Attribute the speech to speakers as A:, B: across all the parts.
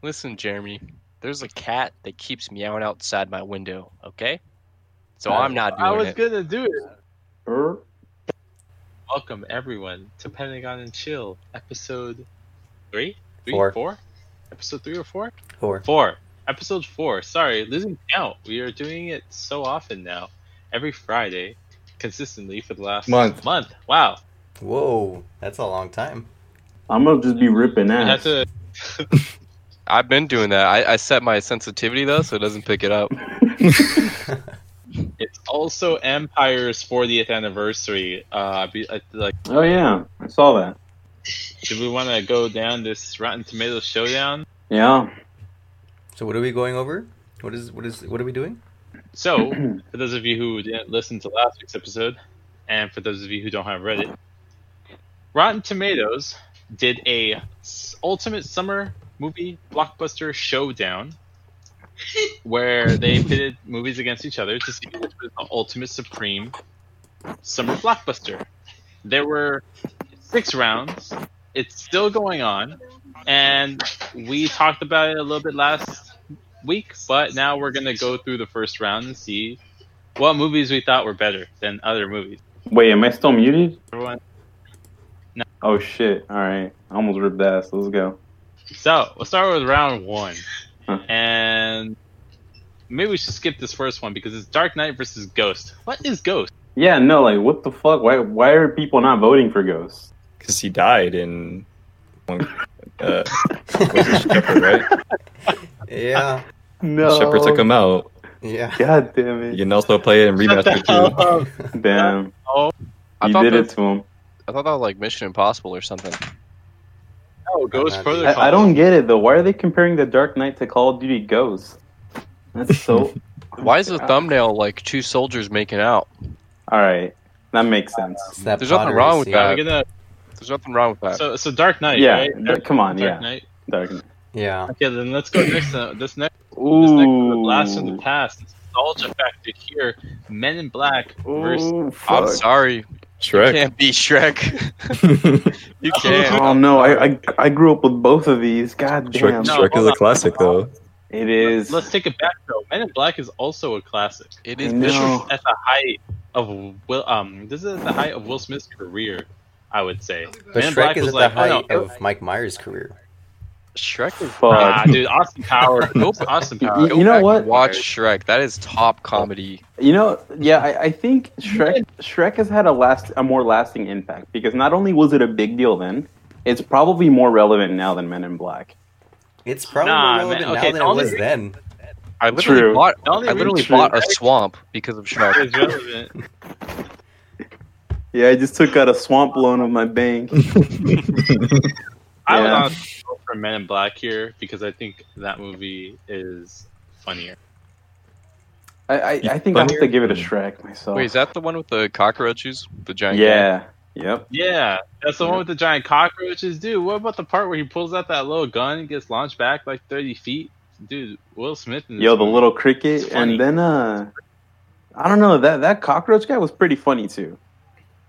A: Listen, Jeremy, there's a cat that keeps meowing outside my window, okay? So
B: Uh,
A: I'm not doing
B: I was
A: it.
B: gonna do it.
C: Er,
B: Welcome everyone to Pentagon and Chill, episode three, three,
D: Four.
B: episode three or four,
D: Four.
B: four, episode four. Sorry, losing count. We are doing it so often now, every Friday, consistently for the last
C: Month.
B: Month. Wow.
D: Whoa, that's a long time.
C: I'm gonna just be ripping
B: We had
C: ass.
B: to.
A: I've been doing that. I, I set my sensitivity though, so it doesn't pick it up.
B: It's also Empire's 40th anniversary. Uh, be, uh, like,
C: Oh yeah, I saw that.
B: do we want to go down this Rotten Tomatoes showdown?
C: Yeah.
D: So what are we going over? What is what is what are we doing?
B: So, for those of you who didn't listen to last week's episode, and for those of you who don't have Reddit, Rotten Tomatoes did a s- ultimate summer movie blockbuster showdown where they pitted movies against each other to see which was the ultimate supreme summer blockbuster. There were six rounds. It's still going on, and we talked about it a little bit last week, but now we're gonna go through the first round and see what movies we thought were better than other movies.
C: Wait, am I still muted?
B: Everyone,
C: Oh shit! All right, I almost ripped ass. Let's go.
B: so we'll start with round one,
C: Huh.
B: and maybe we should skip this first one because it's Dark Knight versus Ghost. What is Ghost?
C: Yeah, no, like what the fuck? Why? Why are people not voting for ghosts?
E: because he died in one, uh, was it Shepherd, right?
D: Yeah.
C: No.
E: Shepherd took him out.
D: Yeah.
C: God damn
E: You
C: it!
E: can also play it in remaster too.
C: Oh, Damn,
A: I
C: you
A: thought
C: did
A: that,
C: it to him.
A: I thought that was like Mission Impossible or something.
B: No, Ghost
D: not
B: Protocol.
C: I, I don't get it though. Why are they comparing the Dark Knight to Call of Duty Ghosts? That's so.
A: Why is the thumbnail like two soldiers making out?
C: All right, that makes sense.
D: It's that
A: There's nothing
D: pottery
A: wrong with
D: scene.
A: that.
B: Are we gonna-
A: There's nothing wrong with that.
B: so, so Dark Knight,
C: yeah,
B: right?
C: th- come on,
B: Dark
C: yeah,
B: Knight.
C: Dark Knight.
D: Yeah.
B: Okay, then let's go next. Uh, this next, this next
C: Ooh,
B: blast from the past. Nostalgia factor here. Men in Black versus.
C: Ooh,
A: I'm
C: fuck.
A: sorry. You
E: Shrek.
A: can't beat Shrek. you can't.
C: Oh no, I, I I grew up with both of these. God damn,
E: Shrek,
B: No,
E: Shrek is
B: hold
E: a
B: on.
E: classic though.
C: it is.
B: Let's take it back though. Men in Black is also a classic.
A: It
C: I
A: is
C: know.
B: This
A: Mission.
B: was at the height of Will. Um, this is at the height of Will Smith's career, I would say.
D: But
B: Man
D: Shrek
B: Black
D: is
B: was
D: at
B: like,
D: the height
B: "Oh, no."
D: of Mike Myers' career.
A: Shrek is
C: Fuck.
B: Ah, dude, Austin Power. nope, Austin Power.
C: You- you know
A: back
C: what?
A: and Watch Shrek. That is top comedy.
C: You know, yeah, I, I think Shrek Shrek has had a last a more lasting impact because not only was it a big deal then, it's probably more relevant now than Men in Black.
D: It's probably
B: Nah,
D: more relevant
B: man,
D: now
B: okay, the
D: than it
B: only
D: was then.
A: I literally
C: True.
A: bought.
B: The only
A: I literally
B: reason
A: bought a
B: Shrek
A: swamp because of Shrek.
B: is relevant.
C: Yeah, I just took out a swamp loan of my bank.
B: I would
C: Yeah.
B: honestly go for Men in Black here because I think that movie is funnier.
C: I, I, I think I have to give it a Shrek myself.
A: Wait, is that the one with the cockroaches? The giant. cat?
C: yeah. Yep.
B: Yeah, that's the one with the giant cockroaches, dude. What about the part where he pulls out that little gun and gets launched back like thirty feet, dude? Will Smith. in this
C: Yo, the
B: movie.
C: little
B: It's
C: cricket
B: funny.
C: and then uh I don't know, that that cockroach guy was pretty funny too.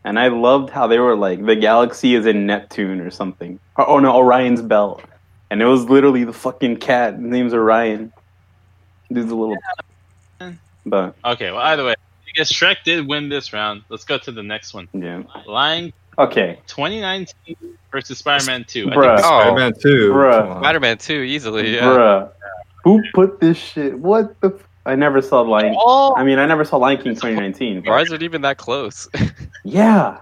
C: And I loved how they were like the galaxy is in Neptune or something. Or, oh no, Orion's belt. And it was literally the fucking cat. His name's Orion. Dude's a little But
B: Okay, well, either way, I guess Shrek did win this round. Let's go to the next one.
C: yeah.
B: Lion
C: Okay.
B: 2019 versus Spider-Man 2.
C: Bruh.
B: I think
E: Spider-Man 2.
C: Bruh.
E: come on.
A: Spider-Man 2, easily. Yeah.
C: Bruh. Who put this shit? What the f- I never saw Lion
A: Oh!
B: all
C: I mean, I never saw Lion King 2019.
A: Why is it even that close?
C: Yeah.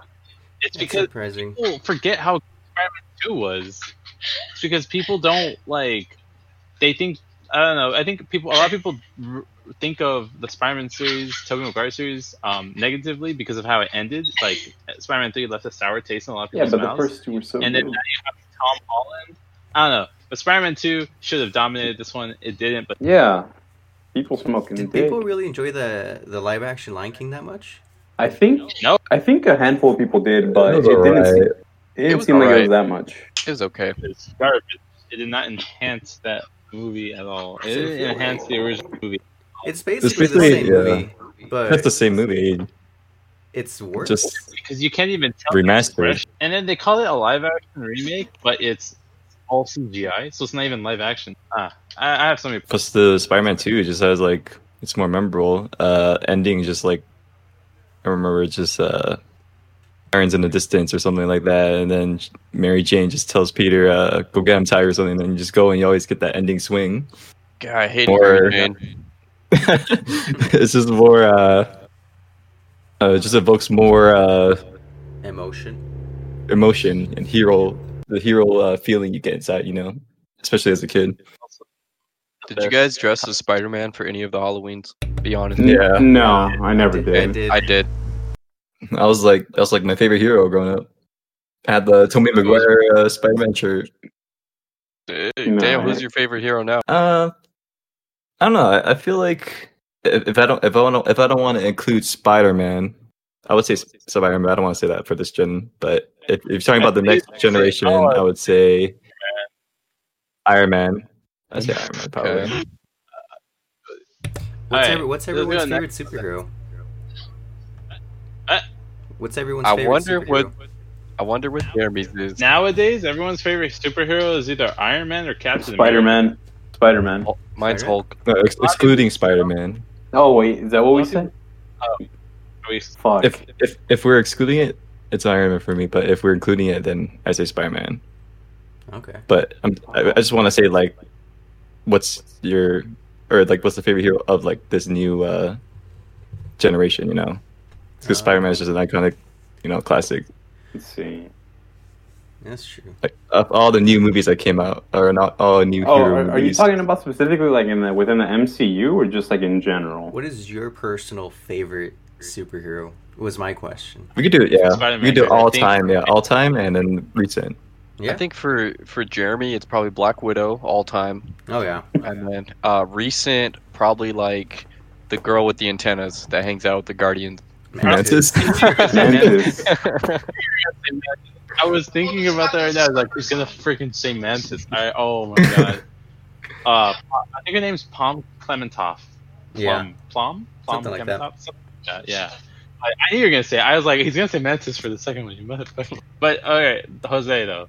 B: it's
D: It's
B: because
D: surprising.
B: people forget how good Spider-Man 2 was. It's because people don't like they think I don't know. I think people a lot of people r- think of the Spider-Man series, Tobey Maguire series, um, negatively because of how it ended. Like Spider-Man 3 left a sour taste in a lot of
C: Yeah,
B: people's
C: but the
B: mouths.
C: first two were so
B: and then now
C: good.
B: you have Tom Holland. I don't know. But Spider-Man 2 should have dominated this one. It didn't, but
C: Yeah. People smoking
D: Did
C: dick.
D: people really enjoy the the live action Lion King that much?
C: I think
B: No.
C: I think a handful of people did,
E: It
C: but it,
E: was
C: didn't
E: alright.
C: seem, it didn't
A: was
C: seem like it
A: alright.
C: was that much.
A: It was okay.
B: it's garbage. It did not enhance that movie at all. It didn't enhance the original movie.
D: It's basically,
E: basically-
D: the same
E: yeah.
D: movie, but
E: That's the same movie.
D: it's worse.
E: Just
B: because you can't even tell.
E: remastered.
B: And then they call it a live action remake, but it's all CGI, so it's not even live action. Ah, I, I have so many.
E: Plus, the Spider-Man Two just has like it's more memorable. Uh, ending just like I remember it's just uh, Iron's in the distance or something like that, and then Mary Jane just tells Peter, uh, "Go get him, Tiger," or something. And then you just go, and you always get that ending swing.
A: God, I hate
E: Or-
A: it, man.
E: it's just more. Uh, uh, it just evokes more uh,
D: Emotion.
E: emotion and hero, the hero uh, feeling you get inside. You know, especially as a kid.
A: Did you guys dress as Spider Man for any of the Halloweens? Be honest.
E: Yeah.
C: No, I never
D: I
C: did.
D: did.
A: I did.
E: I was like, that was like my favorite hero growing up. I had the Tobey Maguire uh, Spider-Man shirt.
A: Damn, Uh, who's your favorite hero now?
E: Uh, I don't know. I, I feel like if, if I don't if I want if I don't want to include Spider-Man, I would say S- Spider-Man. but I don't want to say that for this gen. But if, if you're talking about the next generation, I would say Iron Man. I say Iron Man probably.
A: Okay.
D: What's,
B: Alright,
D: every, what's
B: let's go
D: everyone's
B: to the
D: favorite superhero?
B: Uh,
D: What's everyone's
A: I
D: favorite
A: wonder
D: superhero?
A: what I wonder what Jeremy's is.
B: Nowadays, everyone's favorite superhero is either Iron Man or Captain
C: Spider
B: America.
C: Man. Spider Man.
A: Oh, Mine's
D: Spider-Man?
A: Hulk.
E: No, ex- excluding Spider-Man.
C: Oh wait, is that what we said?
B: At least
C: Fuck.
E: If if if we're excluding it, it's Iron Man for me. But if we're including it, then I say Spider-Man.
D: Okay.
E: but I'm, I I just want to say like, what's your or like what's the favorite hero of like this new uh generation? You know, because
D: Uh,
E: Spider Man is just an iconic, you know, classic.
C: Let's see.
D: That's true.
E: Like of all the new movies that came out, or not all new
C: Oh,
E: hero
C: are, are you
E: movies.
C: talking about specifically like in the within the MCU or just like in general?
D: What is your personal favorite superhero? Was my question.
E: we could do it, yeah.
B: Spider-Man,
E: we could do
B: I
E: all
B: think.
E: time, yeah, all time, and then recent.
D: Yeah.
A: I think for for Jeremy, it's probably Black Widow all time,
D: Oh yeah.
A: and then uh, recent probably like the girl with the antennas that hangs out with the Guardians.
E: Mantis.
C: Mantis.
B: I was thinking about that right now. I was like, he's gonna freaking say Mantis. I, oh my god. Uh, I think her name's Palm Clementoff.
D: Yeah.
B: Plum, Plum, Plum
D: Something like that.
B: Clementoff. Something like that, Yeah. I, I knew you were gonna say. it. I was like, he's gonna say Mantis for the second one, you motherfucker. But all right, Jose though,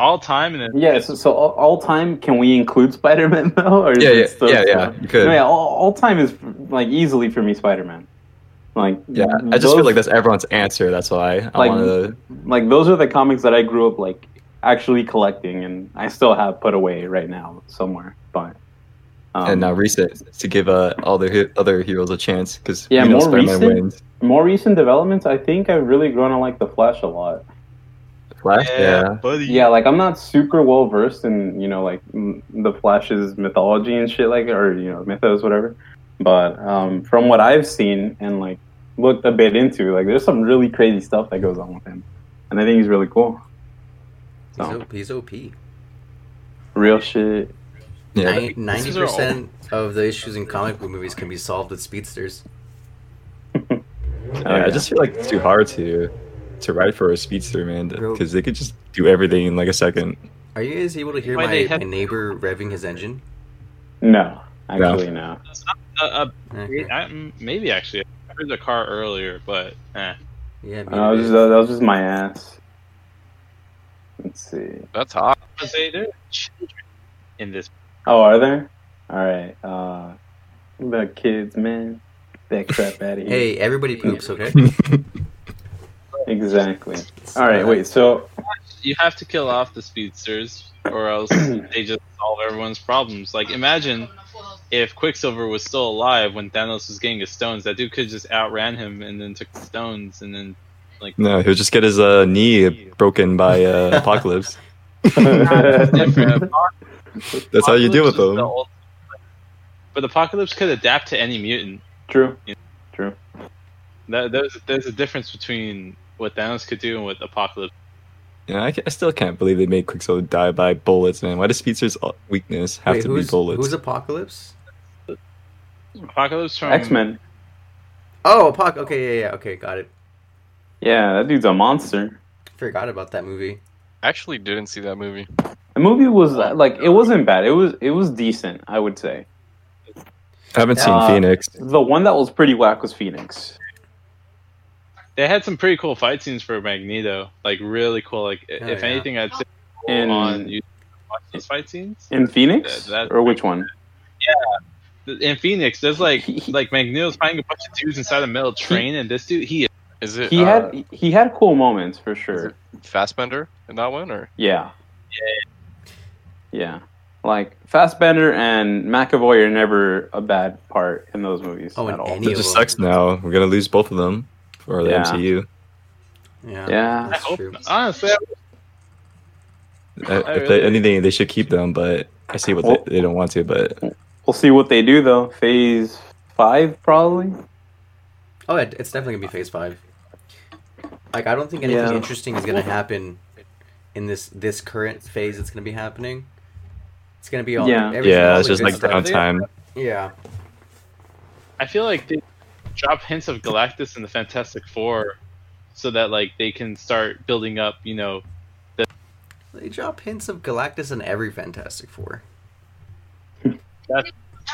B: all time and then
C: yeah. So, so all, all time, can we include Spider Man though? Or is
E: yeah,
C: it
E: yeah,
C: still-
E: yeah, yeah. You could.
C: No, yeah. All, all time is like easily for me Spider Man. Like
E: Yeah, I just feel like that's everyone's answer. That's why I
C: Like-
E: want to.
C: like those are the comics that I grew up like actually collecting, and I still have put away right now somewhere. But um,
E: and now recent to give uh, all the he- other heroes a chance because
C: Yeah,
E: you know
C: more
E: Spider-Man
C: recent?
E: wins.
C: more recent developments, I think I've really grown to like the Flash a lot.
E: Flash, yeah.
B: buddy.
C: Yeah, like I'm not super well versed in you know like m- the Flash's mythology and shit like or you know mythos whatever, but um, from what I've seen and like looked a bit into, like there's some really crazy stuff that goes on with him, and I think he's really cool.
D: He's,
C: So
D: O- he's OP.
C: real shit.
E: Yeah,
D: Nin- Ninety percent of the issues in comic book movies can be solved with speedsters.
E: Yeah, I just feel like it's too hard to to ride for a speedster, man,
D: Bro.
E: because they could just do everything in like a second.
D: Are you guys able to hear
B: Why
D: my,
B: they have-
D: my neighbor revving his engine?
C: No, actually no.
B: Uh, uh,
D: Okay.
B: I- mm, maybe actually. I heard the car earlier, but eh.
E: Uh,
D: Yeah. beat
C: No, that
D: it
C: was
D: is.
C: just, that was just my ass. Let's see.
A: That's hot.
B: Jose, there are children in this.
C: Oh, are there? All right. Uh, the kids, man. That crap out of here.
D: Hey, everybody poops, okay?
C: Exactly. All right. Wait. So
B: You have to kill off the speedsters, or else they just solve everyone's problems. Like, imagine if Quicksilver was still alive when Thanos was getting his stones. That dude could just outran him and then took the stones, and then
E: No, he'll just get his uh, knee broken by uh, Apocalypse.
B: different.
E: That's how you deal
B: Apocalypse
E: with
B: is the
E: them.
B: ult- But Apocalypse could adapt to any mutant.
C: true. True.
B: That, there's there's a difference between what Thanos could do and what Apocalypse.
E: Yeah, I, ca- I still can't believe they made Quicksilver die by bullets, man. Why does Speedster's uh, weakness have
D: Wait,
E: to be
D: who's,
E: bullets?
D: who's Apocalypse?
B: Apocalypse from
C: X Men.
D: Oh, Apoc. Okay, yeah, yeah. Okay, got it.
C: Yeah, that dude's a monster.
D: Forgot about that movie.
A: Actually, didn't see that movie.
C: The movie was uh, like it wasn't bad. It was it was decent, I would say.
E: I haven't seen
C: Uh,
E: Phoenix.
C: The one that was pretty whack was Phoenix.
B: They had some pretty cool fight scenes for Magneto. Like really cool. Like i-
D: Oh,
B: if
D: yeah.
B: anything, I'd say
C: And
B: on you- watch these fight scenes.
C: in Phoenix
B: Yeah, that-
C: or which one?
B: In Phoenix, there's like
C: He-
B: like McNeil's fighting a bunch of dudes inside a metal train, and this dude he is
A: Is it
C: He
A: uh,
C: had he had cool moments for sure.
A: it- Fassbender in that one, or
C: Yeah. Yeah. Like Fassbender and McAvoy are never a bad part in those movies
D: Oh, in
C: at all.
D: any-
E: It just sucks now. We're gonna lose both of them for the
C: Yeah.
E: MCU.
D: Yeah.
C: Yeah.
B: I
D: That's
B: hope,
D: true.
B: honestly, I
E: Uh,
B: I
E: if they,
B: really-
E: anything, they should keep them, but I see what
C: Well-
E: they, they don't want to. But
C: We'll see what they do though. Phase five probably.
D: Oh, it, it's definitely gonna be Phase Five. Like, I don't think anything
C: Yeah.
D: interesting is gonna happen in this this current phase that's gonna be happening. It's gonna be all
C: Yeah.
D: everything- all
E: yeah, it's
D: the
E: just
D: good
E: like
D: stuff.
E: downtime.
D: Yeah,
B: I feel like they drop hints of Galactus and the Fantastic Four, so that like they can start building up. You know,
D: they drop hints of Galactus in every Fantastic Four.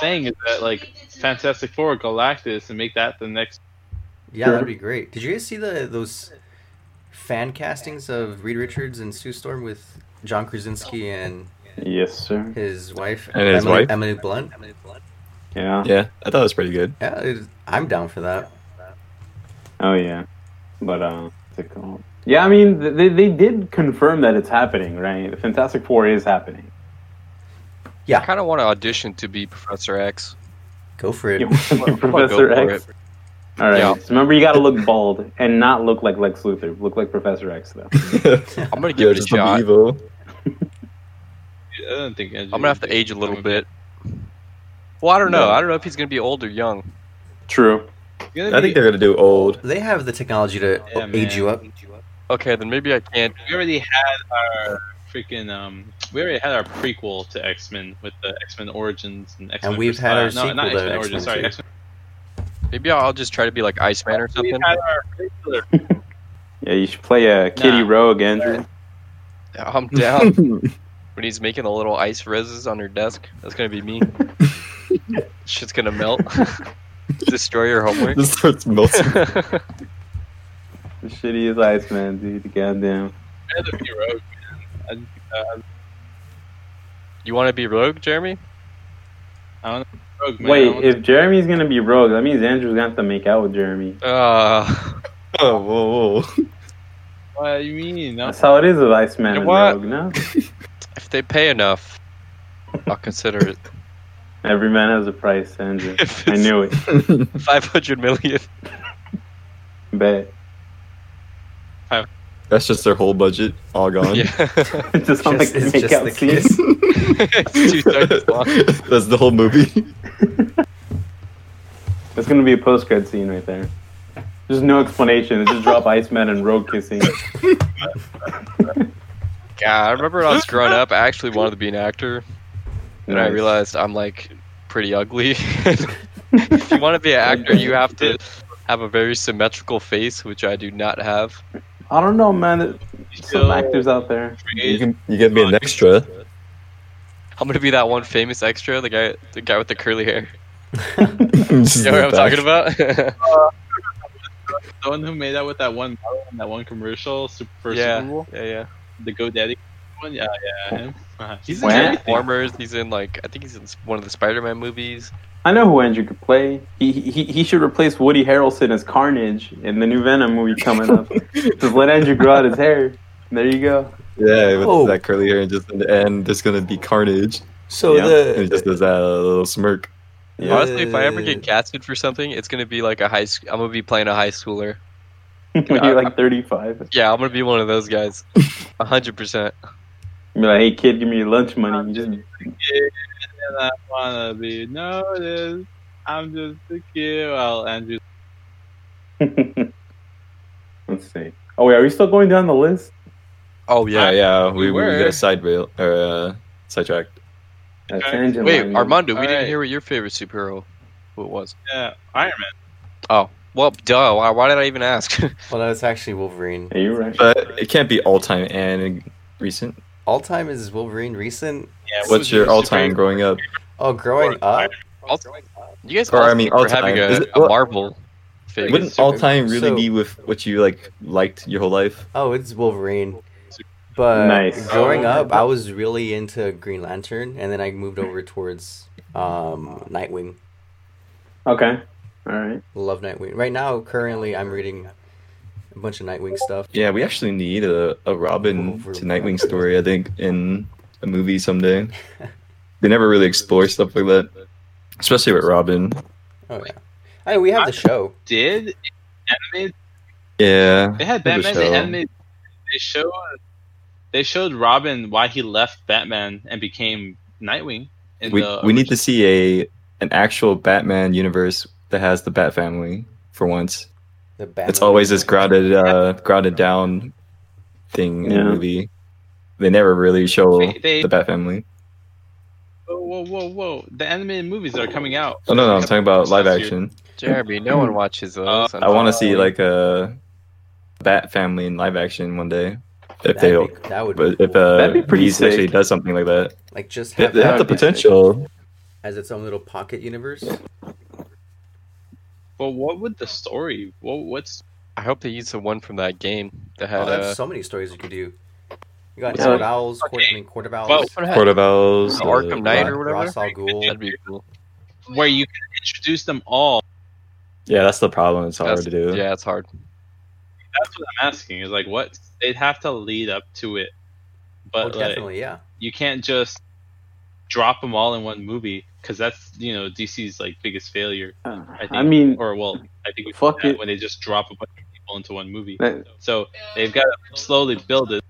B: thing is that like Fantastic Four, Galactus, and make that the next.
D: Yeah, that'd be great. Did you guys see the those fan castings of Reed Richards and Sue Storm with John Krasinski and
C: Yes, sir.
D: his wife
E: And his
D: Emily,
E: wife?
D: Emily Blunt?
C: Yeah.
E: Yeah, I thought it was pretty good.
D: Yeah, it, I'm down for that.
C: Oh yeah. But uh what's it called? Yeah, I mean th- they they did confirm that it's happening, right? The Fantastic Four is happening.
A: I kind of want to audition to be Professor X.
D: Go for it.
C: Professor
A: Go for
C: X. All right.
A: Yeah.
C: So remember, you got to look bald and not look like Lex Luthor. Look like Professor X, though.
A: I'm gonna give it a shot. I'm
E: evil.
B: I don't think I'm
A: gonna have to age a little bit. Well, I don't know. I don't know if he's gonna be old or young.
C: True.
E: I think they're gonna do old.
D: They have the technology to
B: Yeah,
D: age you
B: man.
D: up.
A: Okay, then maybe I can't.
B: we already had our freaking um we already had our prequel to X-Men with the X-Men Origins and X-Men
D: we've
B: versus-
D: had our
B: uh, no,
D: sequel
B: not
D: to
B: X-Men
D: X-Men
B: Origins, sorry,
D: too.
B: X-Men
A: Maybe I'll just try to be like Iceman or
B: We've
A: something.
B: had our regular
C: Yeah, you should play a Kitty
B: Nah.
C: Rowe again. Drew.
A: I'm down. when he's making the little ice rizzes on her desk, that's gonna be me. Shit's gonna melt. Destroy your homework.
E: This starts melting.
C: The shittiest Iceman, dude. Goddamn.
B: Feather Hero, man. I- uh,
A: you want to be rogue, Jeremy?
B: Rogue, man. I
C: Wait,
B: don't-
C: if Jeremy's gonna be rogue, that means Andrew's gonna have to make out with Jeremy.
A: Uh,
E: oh, whoa, whoa.
B: what do you mean? No,
C: That's how it is with Iceman
A: You
C: and
A: know what?
C: rogue. No,
A: if they pay enough, I'll consider it.
C: every man has a price, Andrew.
A: If
C: I knew it.
A: Five hundred million.
C: Bet.
E: That's just their whole budget all gone.
A: Yeah,
C: just on
D: Just-
C: the
D: it's just the
C: makeout
D: kiss.
C: scene.
A: it's two seconds long.
E: That's the whole movie.
C: That's gonna be a post cred scene right there. There's no explanation. They just drop Iceman and Rogue kissing.
A: God, I remember when I was growing up, I actually wanted to be an actor, and I
C: Nice.
A: realized I'm like pretty ugly. if you want to be an actor, you have to have a very symmetrical face, which I do not have.
C: I don't know, man. There's Some
B: Yo.
C: actors out there.
E: You can you can be an extra.
A: I'm gonna be that one famous extra, the guy, the guy with the curly hair.
E: Just
A: You know what I'm
E: look back.
A: talking about?
B: the one who made out with that one model in that one commercial super, for
A: yeah,
B: Super Bowl,
A: yeah, yeah.
B: the GoDaddy one. Yeah, yeah, him. Uh, he's in
C: When?
B: everything.
A: Transformers. He's in like I think he's in one of the Spider-Man movies.
C: I know who Andrew could play. He he, he should replace Woody Harrelson as Carnage in the new Venom movie coming up. just let Andrew grow out his hair. There you go.
E: Yeah, with
D: Oh.
E: that curly hair and just in the end, there's gonna be carnage.
D: So
C: Yeah.
E: And it just does that uh, little smirk.
C: Yeah.
A: Honestly, if I ever
D: Uh,
A: get casted for something, it's gonna be like a high. Sc- I'm gonna be playing a high schooler.
C: when you're like 35,
A: Yeah, I'm gonna be one of those guys. A hundred percent.
C: be like, hey kid, give me your lunch money. You just
B: And I wanna be noticed. I'm just a kid. Well, Andrew.
C: let's see. Oh wait, are we still going down the list?
A: Oh
E: Yeah, yeah. We, we,
B: were.
E: got side rail or uh, sidetracked.
C: That
B: Okay.
C: tangent
A: Wait,
C: line.
A: Armando, we didn't
B: Alright.
A: hear what your favorite superhero who it was.
B: Yeah, Iron Man.
A: Oh, well, duh. Why, why did I even ask?
D: Well, that's actually Wolverine.
C: Yeah, you're right.
E: But it can't be all time and recent.
D: All time is Wolverine recent.
B: Yeah, what
E: What's
B: was
E: your all time
B: superhero?
E: growing up?
D: Oh, growing up.
A: Also- you guys
E: Or, I
A: all
E: mean,
A: speak for
E: all
A: having
E: time.
A: a,
E: Is it-
A: a Marvel favorite.
E: Wouldn't all time really
D: So-
E: be with what you like liked your whole life?
D: Oh, it's Wolverine. But
C: Nice.
D: growing
B: Oh.
D: up, I was really into Green Lantern, and then I moved over towards um, Nightwing.
C: Okay. All right.
D: Love Nightwing. Right now, currently, I'm reading a bunch of Nightwing stuff.
E: Yeah, we actually need a, a Robin
D: Over-
E: to Nightwing story, I think, in a movie someday. they never really explore stuff like that, especially with Robin.
D: Oh yeah. I mean, we have the show.
B: Did animated?
E: Yeah.
B: They had
E: There's a
B: Batman. They
E: show.
B: animated. They showed. They showed Robin why he left Batman and became Nightwing. In uh,
E: We,
B: the
E: we need to see a an actual Batman universe that has the Bat family for once.
D: The Batman.
E: It's always this grounded uh grounded down thing in the
C: Yeah.
E: movie. They never really show
B: They- they-
E: the Bat family.
B: Whoa, whoa, whoa, whoa! The animated movies that are coming out.
E: Oh no, no, I'm talking about live
B: Last year.
E: action.
A: Jeremy, no one watches those.
E: Uh, I want to see like a Bat family in live action one day. If they
D: That'd be- that would be
E: But if
D: cool.
E: uh,
C: That'd be pretty
E: Leeds actually
C: sick.
E: does something like that,
D: like just
E: they,
D: have
E: they have
D: that
E: the
C: That'd be sick.
E: potential.
D: as its own little pocket universe.
B: But what would the story? What what's
A: I hope they use the one from that game that
D: Oh,
A: had.
D: that's
A: uh,
D: so many stories you could do. You got
C: Yeah.
D: Night Owls, Court, I
B: Okay.
D: mean Court of Owls,
B: Well,
A: what had-
E: Court of Owls,
A: The Arkham Knight
E: Rock-
A: or whatever?
D: Ra's al Ghul.
A: Oh, That'd be cool.
B: where you can introduce them all?
E: Yeah, that's the problem. It's hard
A: That's-
E: to do.
A: Yeah, it's hard.
B: That's what I'm asking. Is like what they'd have to lead up to it,
D: Oh,
B: but like,
D: definitely, yeah.
B: you can't just drop them all in one movie because that's you know DC's like biggest failure.
C: Uh,
B: I, think.
C: I mean,
B: or well, I think we did
C: fuck
B: that
C: it.
B: when they just drop a bunch of people into one movie.
C: That-
B: So they've got to slowly build it.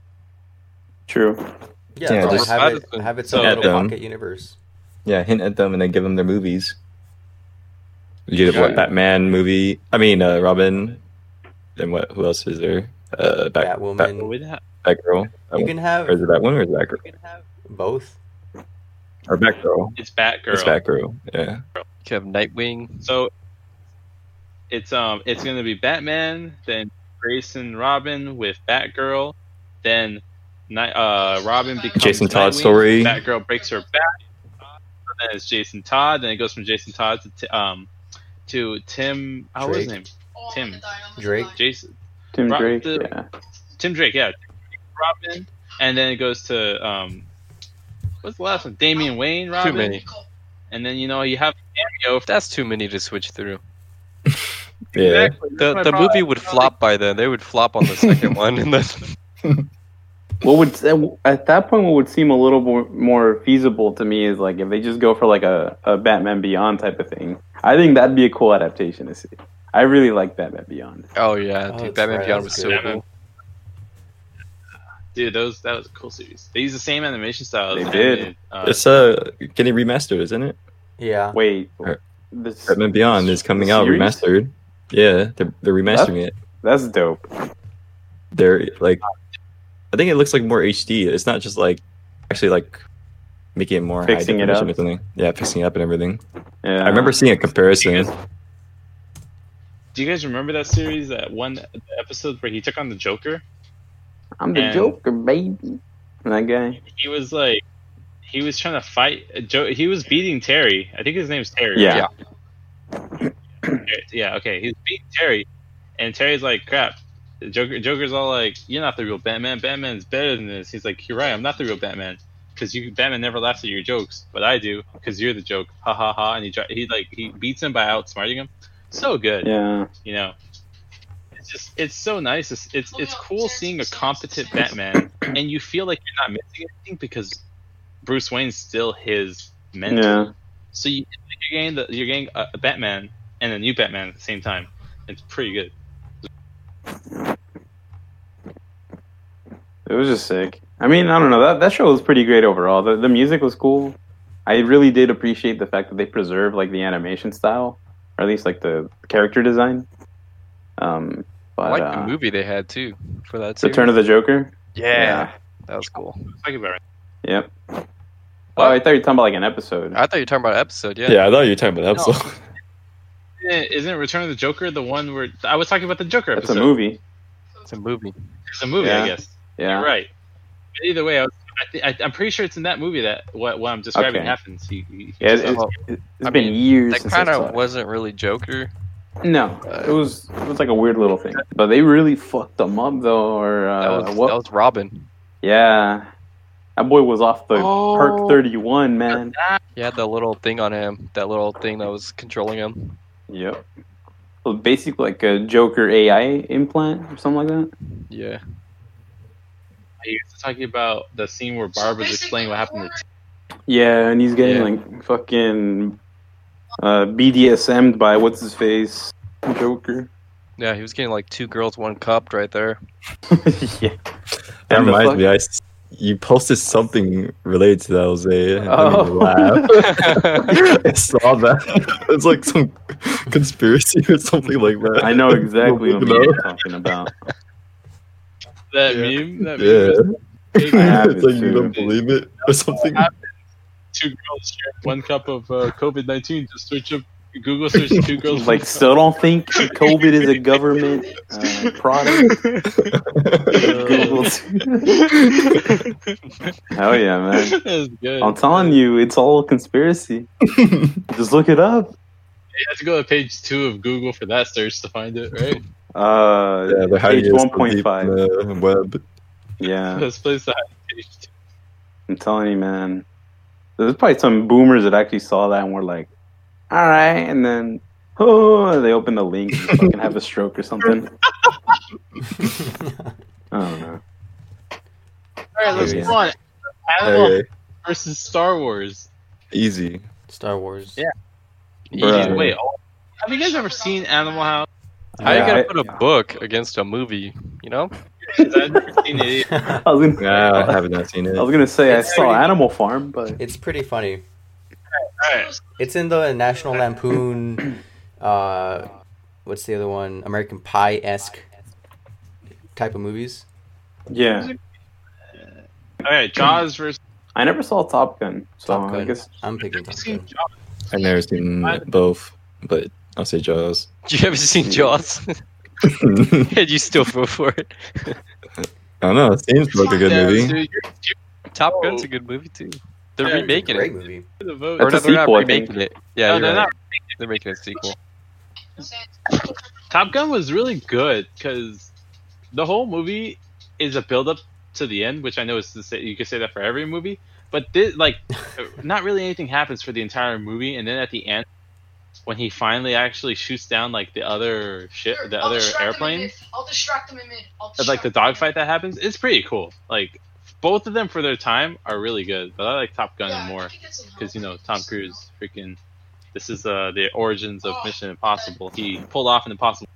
C: true.
D: Yeah,
E: Yeah,
D: so
E: just-
D: have it have its own
B: So-
D: little
E: At them.
D: pocket universe.
E: Yeah, hint at them and then give them their movies. You get
A: Yeah.
E: what Batman movie? I mean, uh, Robin. Then what? Who else is there? Uh, Bat,
D: Batwoman.
B: Would that-
E: Batgirl.
D: You can have
E: Or is it Batwoman or is it Batgirl?
D: both.
E: Or Batgirl?
B: It's Batgirl.
E: It's Batgirl. Yeah.
A: You could have Nightwing.
B: So it's um it's gonna be Batman, then Grayson Robin with Batgirl, then Night uh Robin becomes
E: Jason Todd
B: Nightwing,
E: story.
B: Batgirl breaks her back. So then it's Jason Todd. Then it goes from Jason Todd to Ti- um to Tim. How was his name?
D: Drake.
B: Tim.
D: Drake.
B: Jason.
C: Tim
B: Rock
C: Drake.
B: the-
C: yeah.
B: Tim Drake. Yeah. Robin. And then it goes to um what's the last one? Damian Wayne. Robin.
A: Too many.
B: And then you know you have a cameo.
A: That's too many to switch through.
E: Yeah.
A: The the movie would flop by then. They would flop on the second one, and then
C: What would at that point? What would seem a little more, more feasible to me is like if they just go for like a, a Batman Beyond type of thing. I think that'd be a cool adaptation to see. I really like Batman Beyond.
A: oh yeah,
D: Oh,
A: dude,
D: that's
A: Batman
D: right, that
A: Beyond
D: was
A: was so
B: good.
A: cool.
B: Dude, those that was a cool series. They used the same animation style. as
C: They did.
B: animated, Uh,
E: It's uh getting remastered, isn't it?
D: Yeah.
C: Wait,
E: Alright.
C: this,
E: Uh, Batman Beyond is coming
C: The
E: out
C: series?
E: remastered. Yeah, they're, they're remastering it.
C: that's dope.
E: they're like I think it looks like more HD. It's not just like actually like making it more
C: Fixing
E: high
C: it
E: definition
C: up. Uh-huh.
E: or something. Yeah, fixing it up and everything.
C: Yeah,
E: I remember seeing a comparison.
B: do you guys remember that series? That one episode where he took on the Joker.
C: I'm the
B: and-
C: Joker, baby. That guy.
B: He was like, he was trying to fight. a Jo- he was beating Terry. I think his name's Terry.
C: Yeah.
A: Yeah.
B: right? Yeah. Okay. He's beating Terry, and Terry's like, "Crap." The Joker. Joker's all like, "You're not the real Batman. Batman's better than this." He's like, "You're right. I'm not the real Batman." Because you, Batman never laughs at your jokes, but I do. Because you're the joke, ha ha ha. And he, dri- he like, he beats him by outsmarting him. So good.
C: Yeah,
B: you know it's just it's so nice it's it's, it's cool seeing a competent batman and you feel like you're not missing anything because bruce wayne's still his mentor
C: yeah.
B: so you, you're getting the, you're getting a, a batman and a new batman at the same time it's pretty good
C: It was just sick. I mean, I don't know. That that show was pretty great overall. The the music was cool. I really did appreciate the fact that they preserved like the animation style, or at least like the character design. Um,
A: I
C: but
A: like
C: uh,
A: the movie they had too for that.
C: the
A: Series.
C: Turn of the Joker.
A: yeah, that was cool.
B: talk about it
C: Yep. Oh, I thought you were talking about like an episode.
A: I thought you were talking about an episode. Yeah,
E: Yeah, I thought you were talking about that episode.
B: isn't, isn't return of the joker the one where i was talking about the joker
C: That's a
B: episode.
C: movie.
A: it's a movie.
B: it's a movie i
C: Yeah.
B: guess
C: Yeah.
B: you're right but either way i was I th- I, I'm pretty sure it's in that movie that what, what I'm describing
C: Okay.
B: happens. He, he,
C: Yeah, it,
B: he-
C: it's,
A: Well,
C: it's
A: I
C: been
A: mean,
C: years.
A: That
C: since I
A: kind
C: saw
A: of
C: it.
A: wasn't really Joker.
C: No, it was it was like a weird little thing, but they really fucked them up though. Or
A: That
C: uh,
A: was
C: what?
A: that was Robin.
C: Yeah. That boy was off the
B: Oh.
C: perk 31, man.
A: He had that little thing on him, that little thing that was controlling him.
C: Yep. So basically like a Joker AI implant or something like that.
A: Yeah.
B: He was talking about the scene where Barb was explaining what happened to
C: Yeah, and he's getting
A: Yeah.
C: like fucking uh, BDSM'd by what's his face Joker.
A: Yeah, he was getting like two girls, one cup right there.
C: yeah.
E: That
C: And the
E: reminds
C: fuck-
E: me, I s- you posted something related to that, Jose. and
C: Oh.
E: that made me laugh. I saw that. It's like some conspiracy or something like that.
C: I know exactly what
E: You know?
C: you're talking about.
B: that meme. That meme
E: Yeah.
B: was
C: I have
E: it's
C: it
E: like you don't
B: too.
E: believe it or something.
B: two girls sharing one cup of uh, COVID nineteen. Just search up Google search two girls
C: Like, still don't think COVID is a government uh, product. Googled. Hell yeah, man!
B: That's good.
C: I'm telling you, it's all a conspiracy. Just look it up.
B: You have to go to page two of Google for that search to find it, right?
C: Uh,
E: yeah, but how do
C: page
E: you
C: one
E: escape
C: point five.
E: the web?
C: Yeah.
B: This place that has page two.
C: I'm telling you, man. There's probably some boomers that actually saw that and were like, "All right," and then oh, they open the link and fucking have a stroke or something. I don't know.
B: All right, let's
E: Yeah.
B: go on. Animal
E: Okay,
B: versus Star Wars.
E: easy.
D: Star Wars.
B: Yeah.
C: Bruh.
B: Wait, oh, have you guys ever seen Animal House?
A: How
C: Yeah,
A: you gonna
C: I-
A: put a book against a movie? You know?
B: 'Cause I've never seen it.
C: I was gonna,
E: Yeah, I haven't not seen
C: I was
E: it.
C: gonna say I saw
B: pretty-
C: Animal Farm, but
D: it's pretty funny.
B: All right,
D: It's in the National Lampoon. Uh, what's the other one? American Pie esque type of movies.
C: yeah,
B: all right. Jaws versus.
C: I never saw Top Gun, so
D: Top
C: I
D: Gun.
C: guess
D: I'm picking
B: Have you
D: Top
B: seen
D: Gun.
B: Jaws?
E: I've never seen both, but I'll say Jaws.
A: You ever seen Jaws?
E: I
A: and you still vote for it?
E: don't know. It seems like a good
B: Yeah,
E: movie.
B: dude, you're-
A: Top
B: Oh.
A: Gun's a good movie too. They're
B: Yeah, it's a
A: remaking
D: Great
A: it.
D: movie.
B: you're the vote.
A: Or
C: That's
A: no, they're
C: a
A: not
C: sequel, I
A: remaking it. Yeah,
B: No,
A: you're
B: they're
A: right.
B: not.
A: They're making a sequel.
B: Top Gun was really good because the whole movie is a build up to the end, which I know is to say, you could say that for every movie, but this, like, not really anything happens for the entire movie, and then at the end, when he finally actually shoots down like the other ship,
F: Sure,
B: the
F: I'll
B: other
F: distract them in
B: airplane,
F: mid. I'll distract them in mid. I'll
B: and, like the
F: distract them in
B: dogfight that happens, it's pretty cool. Like both of them for their time are really good, but I like Top Gun
F: mid. Yeah, I
B: more
F: could get some help.
B: because you know Tom Cruise freaking. This is uh, the origins
F: Oh,
B: of Mission Impossible. He pulled off an impossible.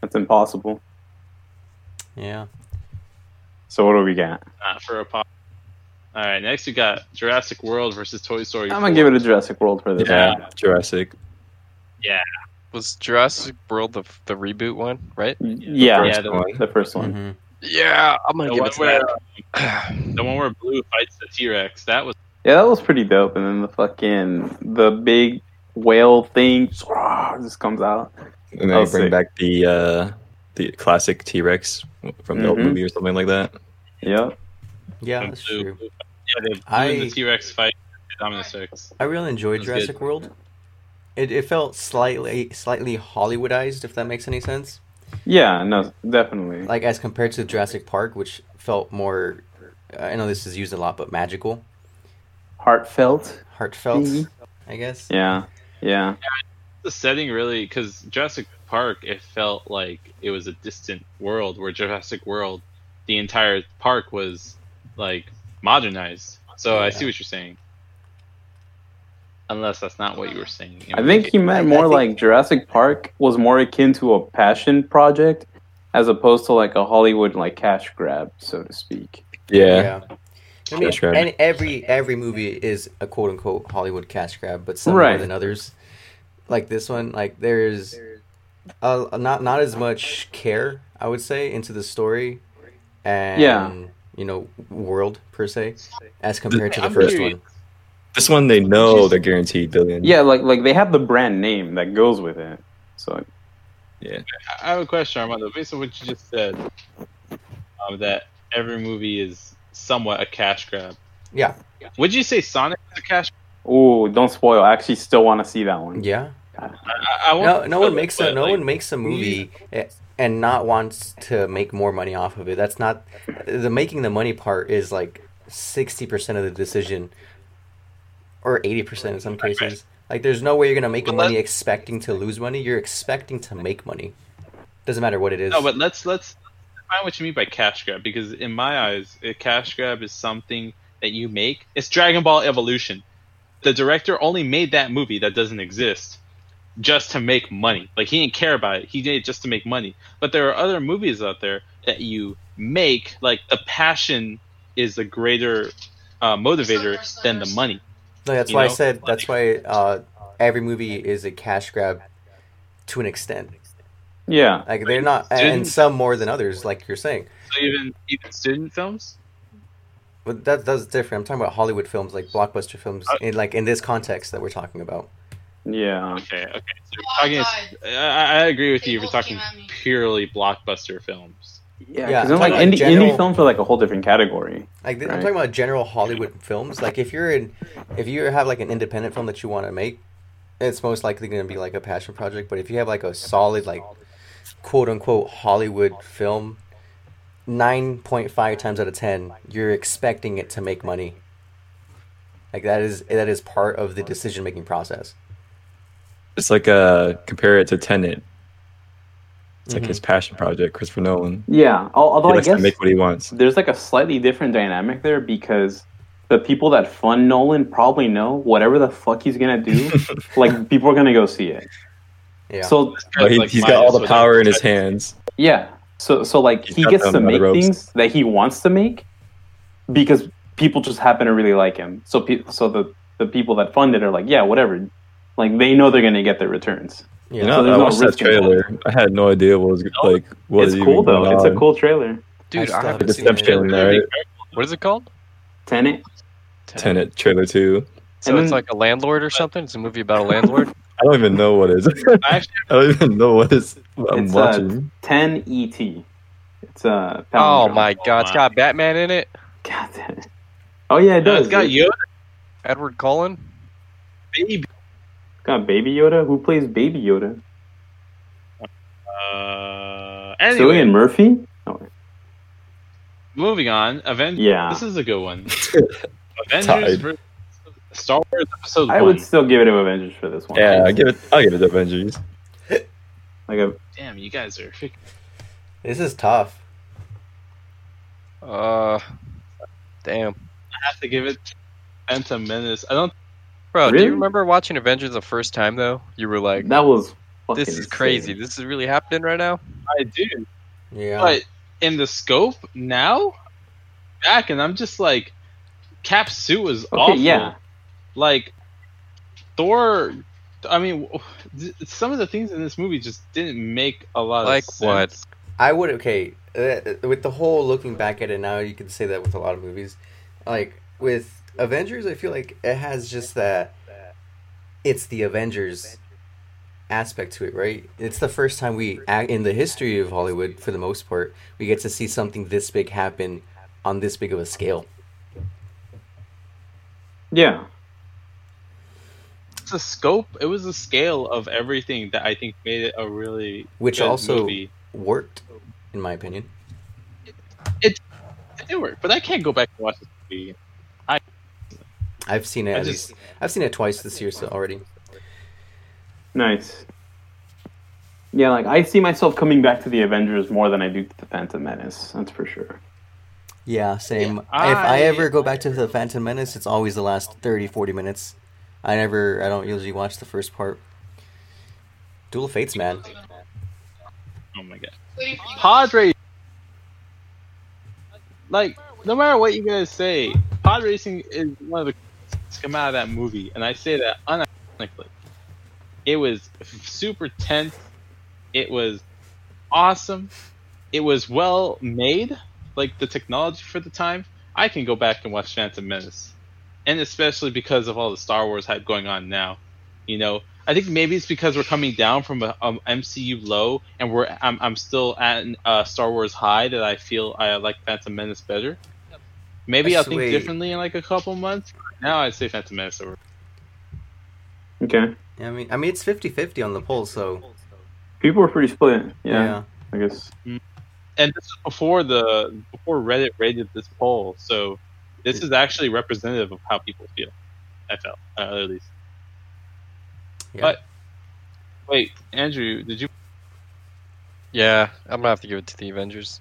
C: that's impossible.
D: Yeah.
C: So what do we got?
B: Not uh, for a pop. All right, next we got Jurassic World versus Toy Story.
C: I'm gonna give it a Jurassic World for this.
E: Yeah, Jurassic.
A: Was Jurassic World the the reboot one, right?
C: yeah,
B: Yeah,
E: First
B: the-
E: one.
C: the first one.
D: Mhm.
A: Yeah, I'm
B: the
A: gonna give
B: one
A: it to
B: where
A: that.
B: the one where Blue fights the T Rex. That was
C: Yeah, that was pretty dope. And then the fucking the big whale thing just comes out.
E: And
C: I'll
E: then they bring
C: say-
E: back the uh, the classic T Rex from the old
C: Mhm.
E: movie or something like that.
C: Yep.
D: Yeah,
B: when
D: that's
B: Blue.
D: true.
B: Blue- Yeah, the, Blue and
D: I-
B: the T Rex fight the Dominus Rex.
D: I really enjoyed
B: That's
D: Jurassic World. It, it felt slightly slightly Hollywoodized, if that makes any sense.
C: Yeah, no, definitely.
D: Like as compared to Jurassic Park, which felt more. uh, I know this is used a lot, but magical,
C: Heartfelt.
D: heartfelt.
C: Mhm.
D: I guess.
C: Yeah. Yeah.
B: The setting really, because Jurassic Park, it felt like it was a distant world. Where Jurassic World, the entire park was like modernized. So I
D: Yeah.
B: see what you're saying. Unless that's not what you were saying.
C: I think he meant
D: I
C: more
D: think-
C: like Jurassic Park was more akin to a passion project as opposed to like a Hollywood like cash grab, so to speak.
E: Yeah,
D: I mean,
E: Cash grab.
D: and every every movie is a quote unquote Hollywood cash grab, but some more
C: Right.
D: than others. Like this one, like there's uh, not not as much care, I would say, into the story and
C: Yeah.
D: you know world per se, as compared to the
B: I'm
D: first
B: curious.
D: one.
E: this one they know they're guaranteed billion.
C: Yeah, like like they have the brand name that goes with it. So
B: I have a question, Armando. Based on what you just said, um, that every movie is somewhat a cash grab.
D: Yeah,
B: Would you say Sonic is a cash?
C: ooh, don't spoil. I actually still wanna see that one.
D: yeah.
B: I, I
D: No, no one makes a
B: it.
D: no one makes a movie eh, and not wants to make more money off of it. That's not the making the money part is like sixty percent of the decision, or eighty percent in some cases. Like, there's no way you're gonna make
B: Well,
D: money
B: that-
D: expecting to lose money. You're expecting to make money. Doesn't matter what it is.
B: No, but let's let's define what you mean by cash grab because in my eyes, a cash grab is something that you make. It's Dragon Ball Evolution. The director only made that movie that doesn't exist just to make money. Like he didn't care about it. He did it just to make money. But there are other movies out there that you make like the passion is a greater uh, motivator than the money.
D: No, that's
B: you
D: why I
B: know?
D: said that's why uh, every movie is a cash grab to an extent.
C: Yeah.
D: Like they're not, and
B: Didn't-
D: some more than others, like you're saying.
B: So even even student films,
D: But that that's different. I'm talking about Hollywood films, like blockbuster films, in like in this context that we're talking about.
C: Yeah.
B: Okay, okay.
F: Oh,
B: So we're talking, I, I agree with you. We're talking purely blockbuster films.
C: Yeah.
D: Yeah,
C: Because
D: I'm
C: like
D: talking
C: indie,
D: about general-
C: indie films are like a whole different category.
D: Like th- I'm
C: Right.
D: talking about general Hollywood films. Like if you're in, if you have like an independent film that you want to make, it's most likely going to be like a passion project. But if you have like a solid like quote unquote Hollywood film, nine point five times out of ten, you're expecting it to make money. Like that is that is part of the decision making process.
E: It's like uh compare it to Tenet. It's like his passion project, Christopher Nolan.
C: Yeah. al- Although Mm-hmm.
E: he
C: I
E: likes
C: guess
E: to make what he wants.
C: there's like a slightly different dynamic there because the people that fund Nolan probably know whatever the fuck he's gonna do, like people are gonna go see it.
D: Yeah.
C: So
E: But he,
B: Like
E: he's
B: my-
E: got all the
B: that's what
E: power in his
B: I-
E: hands.
C: yeah, so so like
E: He's
C: he
E: got
C: gets
E: them
C: to
E: by the
C: make
E: ropes.
C: things that he wants to make because people just happen to really like him. So pe- so the the people that fund it are like, yeah, whatever. Like they know they're gonna get their returns.
D: yeah.
E: You know,
C: there's
E: I
C: no
E: watched that
C: risk involved.
E: trailer. I had no idea what was like what
C: it's
E: was
C: cool
E: even
C: though.
E: going
C: It's
E: on.
C: a cool trailer.
A: Dude,
D: I
A: I,
D: still
A: haven't
D: haven't
A: seen that
E: seen it.
A: trailer.
E: Alright.
A: What is it called?
C: Tenet.
E: Tenet trailer too.
A: So
C: And
A: it's
C: then-
A: like a landlord or something. It's a movie about a landlord.
E: I don't even know what it is.
B: I actually
E: I don't even know what is what I'm
C: It's, uh,
E: watching.
C: Ten ET. E It's a
A: oh
C: palindrome.
A: my god, it's got Batman in it.
C: god. damn it. Oh yeah, it
B: no,
C: does.
B: it's got Yoda,
A: Edward Cullen.
B: baby.
C: Got Baby Yoda. Who plays Baby Yoda?
B: Uh,
C: Cillian
B: anyway,
C: Murphy. Oh,
B: moving on. Avengers.
C: Yeah.
B: This is a good one.
E: Tied.
B: Avengers versus Star Wars Episode
C: I
B: One.
C: would still give it to Avengers for this one.
E: yeah, I give it. I'll give it to Avengers.
C: like uh, a,
B: Damn, you guys are. freak-
D: This is tough.
A: Uh, damn,
B: I have to give it. Phantom Menace. I don't.
A: bro. Do
C: Really?
A: you remember watching Avengers the first time though? You were like,
C: that was. Fucking
A: "This is crazy.
C: insane.
A: This is really happening right now."
B: I do.
D: Yeah.
B: But in the scope now, back and I'm just like, Cap suit was
C: Okay,
B: awful.
C: yeah.
B: Like, Thor. I mean, w- th- some of the things in this movie just didn't make a lot
A: Like
B: of
A: what?
B: sense.
D: I would okay uh, with the whole looking back at it now. You can say that with a lot of movies, like with Avengers. I feel like it has just that it's the Avengers aspect to it, right? It's the first time we ac- in the history of Hollywood, for the most part, we get to see something this big happen on this big of a scale.
C: Yeah.
B: It's a scope. It was a scale of everything that I think made it a really
D: Which
B: good
D: also-
B: movie.
D: Worked, in my opinion.
B: It did work, but I can't go back and watch this movie.
D: I've seen it.
B: I
D: At
B: just-
D: least, I've seen it twice this year so already.
C: Nice. Yeah, like I see myself coming back to the Avengers more than I do to the Phantom Menace. That's for sure.
D: Yeah, same.
B: Yeah,
D: if I
B: I-
D: ever go back to the Phantom Menace, it's always the last 30, 40 minutes. I never, I don't usually watch the first part. Duel of Fates, man.
B: Oh my god,
F: Waiting for you.
B: Padre. Like, no matter what you guys say, pod racing is one of the things to come out of that movie, and I say that unironically. It was super tense. It was awesome. It was well made, like the technology for the time. I can go back and watch Phantom Menace, and especially because of all the Star Wars hype going on now. You know, I think maybe it's because we're coming down from a um, MCU low, and we're I'm, I'm still at a uh, Star Wars high that I feel I like Phantom Menace better. Maybe I'll think
D: Sweet.
B: differently in like a couple months. Now I'd say Phantom Menace over.
C: Okay.
D: Yeah, I mean, I mean, it's 50-50 on the poll, so
C: People were pretty split.
D: yeah.
C: Yeah. I guess.
B: and this is before the before Reddit rated this poll, so this is actually representative of how people feel. I felt, uh, at least.
D: Yeah.
B: But wait, Andrew, did you
A: Yeah, I'm gonna have to give it to the Avengers.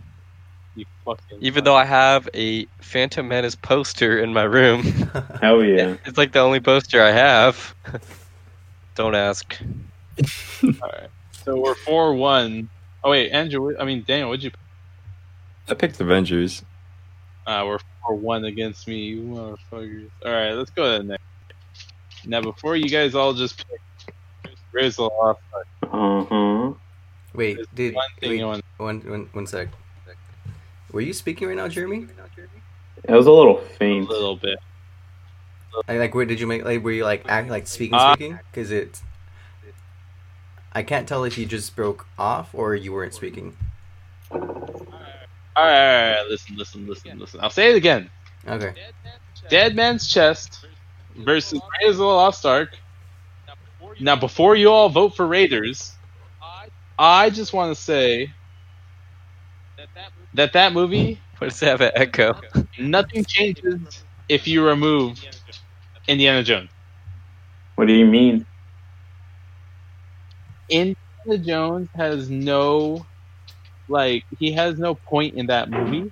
B: you fucking
A: Even though I have a Phantom Menace poster in my room,
C: Hell yeah.
A: it's like the only poster I have. Don't ask.
B: All right. So we're four one. Oh wait, Andrew. what- I mean Daniel. What'd you?
E: I picked Avengers.
B: Uh, we're four one against me, you motherfuckers. All right, let's go to the next. Now before you guys all just pick Rizzle off. like,
C: Uh huh.
D: Wait,
B: there's
D: did
B: one thing
D: wait,
B: you want-
D: one, one, one sec. Were you speaking right now, Jeremy?
C: It was a little
B: a
C: faint.
B: little bit.
D: Like, like, where did you make? Like, were you like act like speaking,
B: Uh,
D: speaking? Because it, I can't tell if you just broke off or you weren't speaking.
B: All right, all right, all right, listen, listen, listen, listen. I'll say it again.
D: Okay.
B: Dead Man's Chest versus Raiders of the Lost Ark. Now, before you all vote for Raiders, I just want to say that that movie,
A: What does that have an echo?
B: nothing changes if you remove Indiana Jones.
C: What do you mean?
B: Indiana Jones has no, like, he has no point in that movie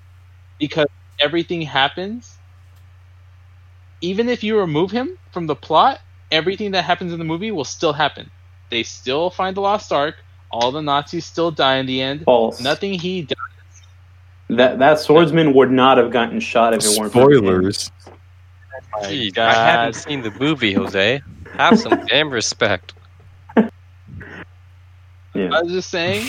B: because everything happens. Even if you remove him from the plot, everything that happens in the movie will still happen. They still find the lost ark. All the Nazis still die in the end.
C: False.
B: Nothing he does.
C: That that swordsman would not have gotten shot if it weren't for him.
E: Spoilers.
A: Jeez, I haven't seen the movie, Jose. Have some damn respect.
C: Yeah.
B: I was just saying,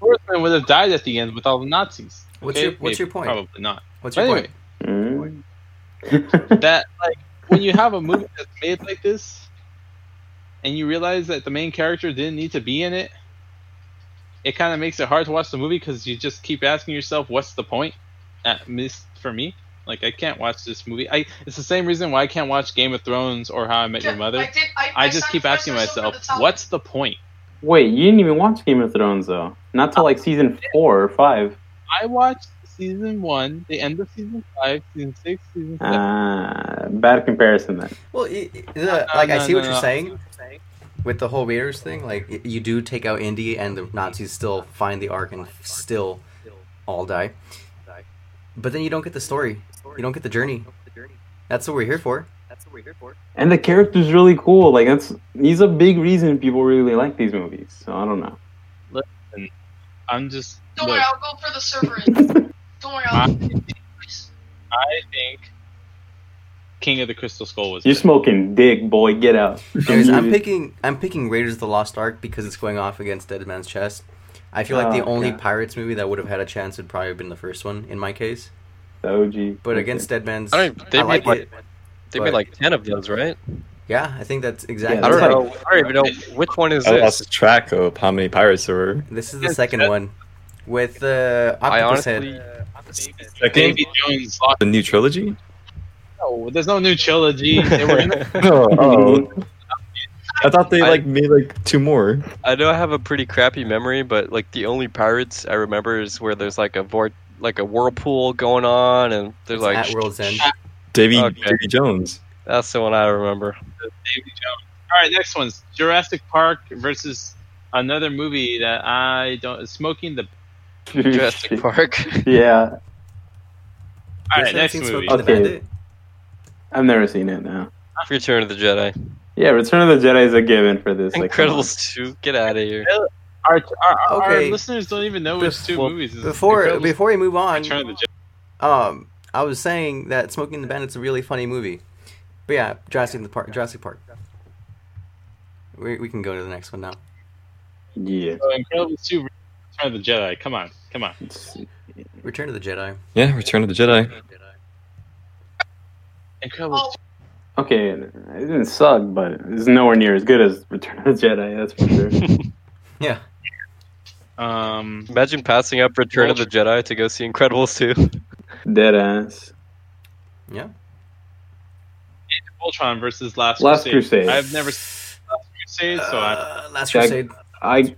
B: Northman would have died at the end with all the Nazis.
D: What's
B: Okay?
D: your What's
B: Maybe,
D: your point?
B: Probably not.
D: What's your
B: Anyway.
D: point?
C: Mm.
B: that like when you have a movie that's made like this and you realize that the main character didn't need to be in it it kind of makes it hard to watch the movie because you just keep asking yourself what's the point at least for me like i can't watch this movie i it's the same reason why i can't watch game of thrones or how i met your
F: I,
B: mother
F: did, I,
B: i just keep asking
F: sacrificed myself
B: myself
F: for the top.
B: what's the point
C: Wait, you didn't even watch Game of Thrones though. Not till like season four or five.
B: i watched season one the end of season five season six season
C: Uh.
B: seven
C: Ah, bad comparison then.
D: Well, it, it- the-
B: no,
D: like I
B: no,
D: see
B: no,
D: what you're
B: no.
D: saying with the whole Raiders thing. Like y- you do take out Indy, and the Nazis still find the Ark and still all die. But then you don't get the story. You don't get the journey. That's what we're here for.
C: And the character's really cool. Like that's he's a big reason people really like these movies. So I don't know.
B: i'm just
F: Don't
B: look,
F: worry, I'll go for the Cerberus. Don't worry, I'll.
B: i think king of the crystal skull was
C: You're
B: better.
C: smoking dick, boy. Get out.
D: Anyways, I'm picking I'm picking Raiders of the Lost Ark because it's going off against Dead Man's Chest. I feel like the
C: Oh,
D: only
C: okay.
D: Pirates movie that would have had a chance would probably have been the first one in my case.
C: The OG.
D: But against Dead Man's,
A: I
D: I,
A: don't. Even, they
D: like
A: made like
D: it.
A: they made like ten of those, right?
D: Yeah, I think that's exactly.
C: Yeah,
A: I
C: that's
A: don't
C: like-
D: right.
A: know. I don't even know which one is
E: I
A: this.
E: lost track of how many pirates there were.
D: This is the second
C: uh,
D: one with the uh,
A: I
D: octopus head.
A: honestly,
E: Second,
B: Davy Jones lost.
E: the new trilogy.
B: No, there's no new trilogy. They were in the-
E: Oh, I thought they like made like two more.
A: I know I have a pretty crappy memory, but like the only pirates I remember is where there's like a vor- like a whirlpool going on, and there's like
D: at World's End.
E: Davy
A: Okay.
E: Davy Jones.
A: that's the one I remember.
B: Davy Jones. All right, next one's Jurassic Park versus another movie that I don't. Smoking the.
A: Jurassic Park.
C: Yeah,
D: You
B: All right,
D: guys haven't
B: next
D: seen
B: movie.
D: Smoking the
C: Okay.
D: Bandit?
C: I've never seen it now.
A: Return of the Jedi.
C: Yeah, Return of the Jedi is a given for this. Like, come on.
A: Incredibles two. Get out of here.
B: Our, our, our
D: Okay.
B: listeners don't even know which two
D: Before-
B: movies. is
D: Before
B: Incredibles
D: before we move on,
B: Return of the Jedi.
D: um, I was saying that Smoking the Bandit's a really funny movie. But yeah, Jurassic the Park. Jurassic Park. We, we can go to the next one now.
C: Yeah.
B: So Oh, Incredibles two, Return of the Jedi. Come on, come on.
C: It's-
D: Return of the Jedi.
E: Yeah, Return of the Jedi.
B: Incredibles.
F: Oh.
C: Okay, it didn't suck, but it's nowhere near as good as Return of the Jedi. That's for sure.
D: Yeah.
B: two. Um.
A: Imagine passing up Return of the Jedi to go see Incredibles two.
C: Dead ass.
D: Yeah.
B: Voltron versus Last,
C: Last
B: Crusade.
C: Crusade.
B: I've never seen Last Crusade, so I.
D: Uh, Last
C: Jack-
D: Crusade.
C: I,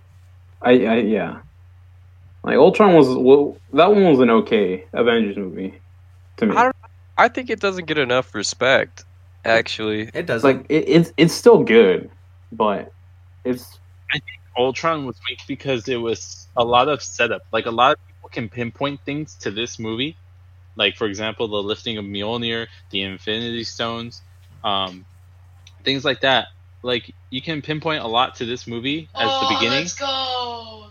C: I, I yeah. Like Ultron was well, that one was an okay Avengers movie to me.
A: I don't- I think it doesn't get enough respect, actually.
D: It
C: It's
D: doesn't.
C: like it, it's it's still good, but it's
B: Ultron was weak because it was a lot of setup. Like a lot of people can pinpoint things to this movie, like for example, the lifting of Mjolnir, the Infinity Stones, um, things like that. Like you can pinpoint a lot to this movie as
F: oh,
B: the beginning,
F: Let's go.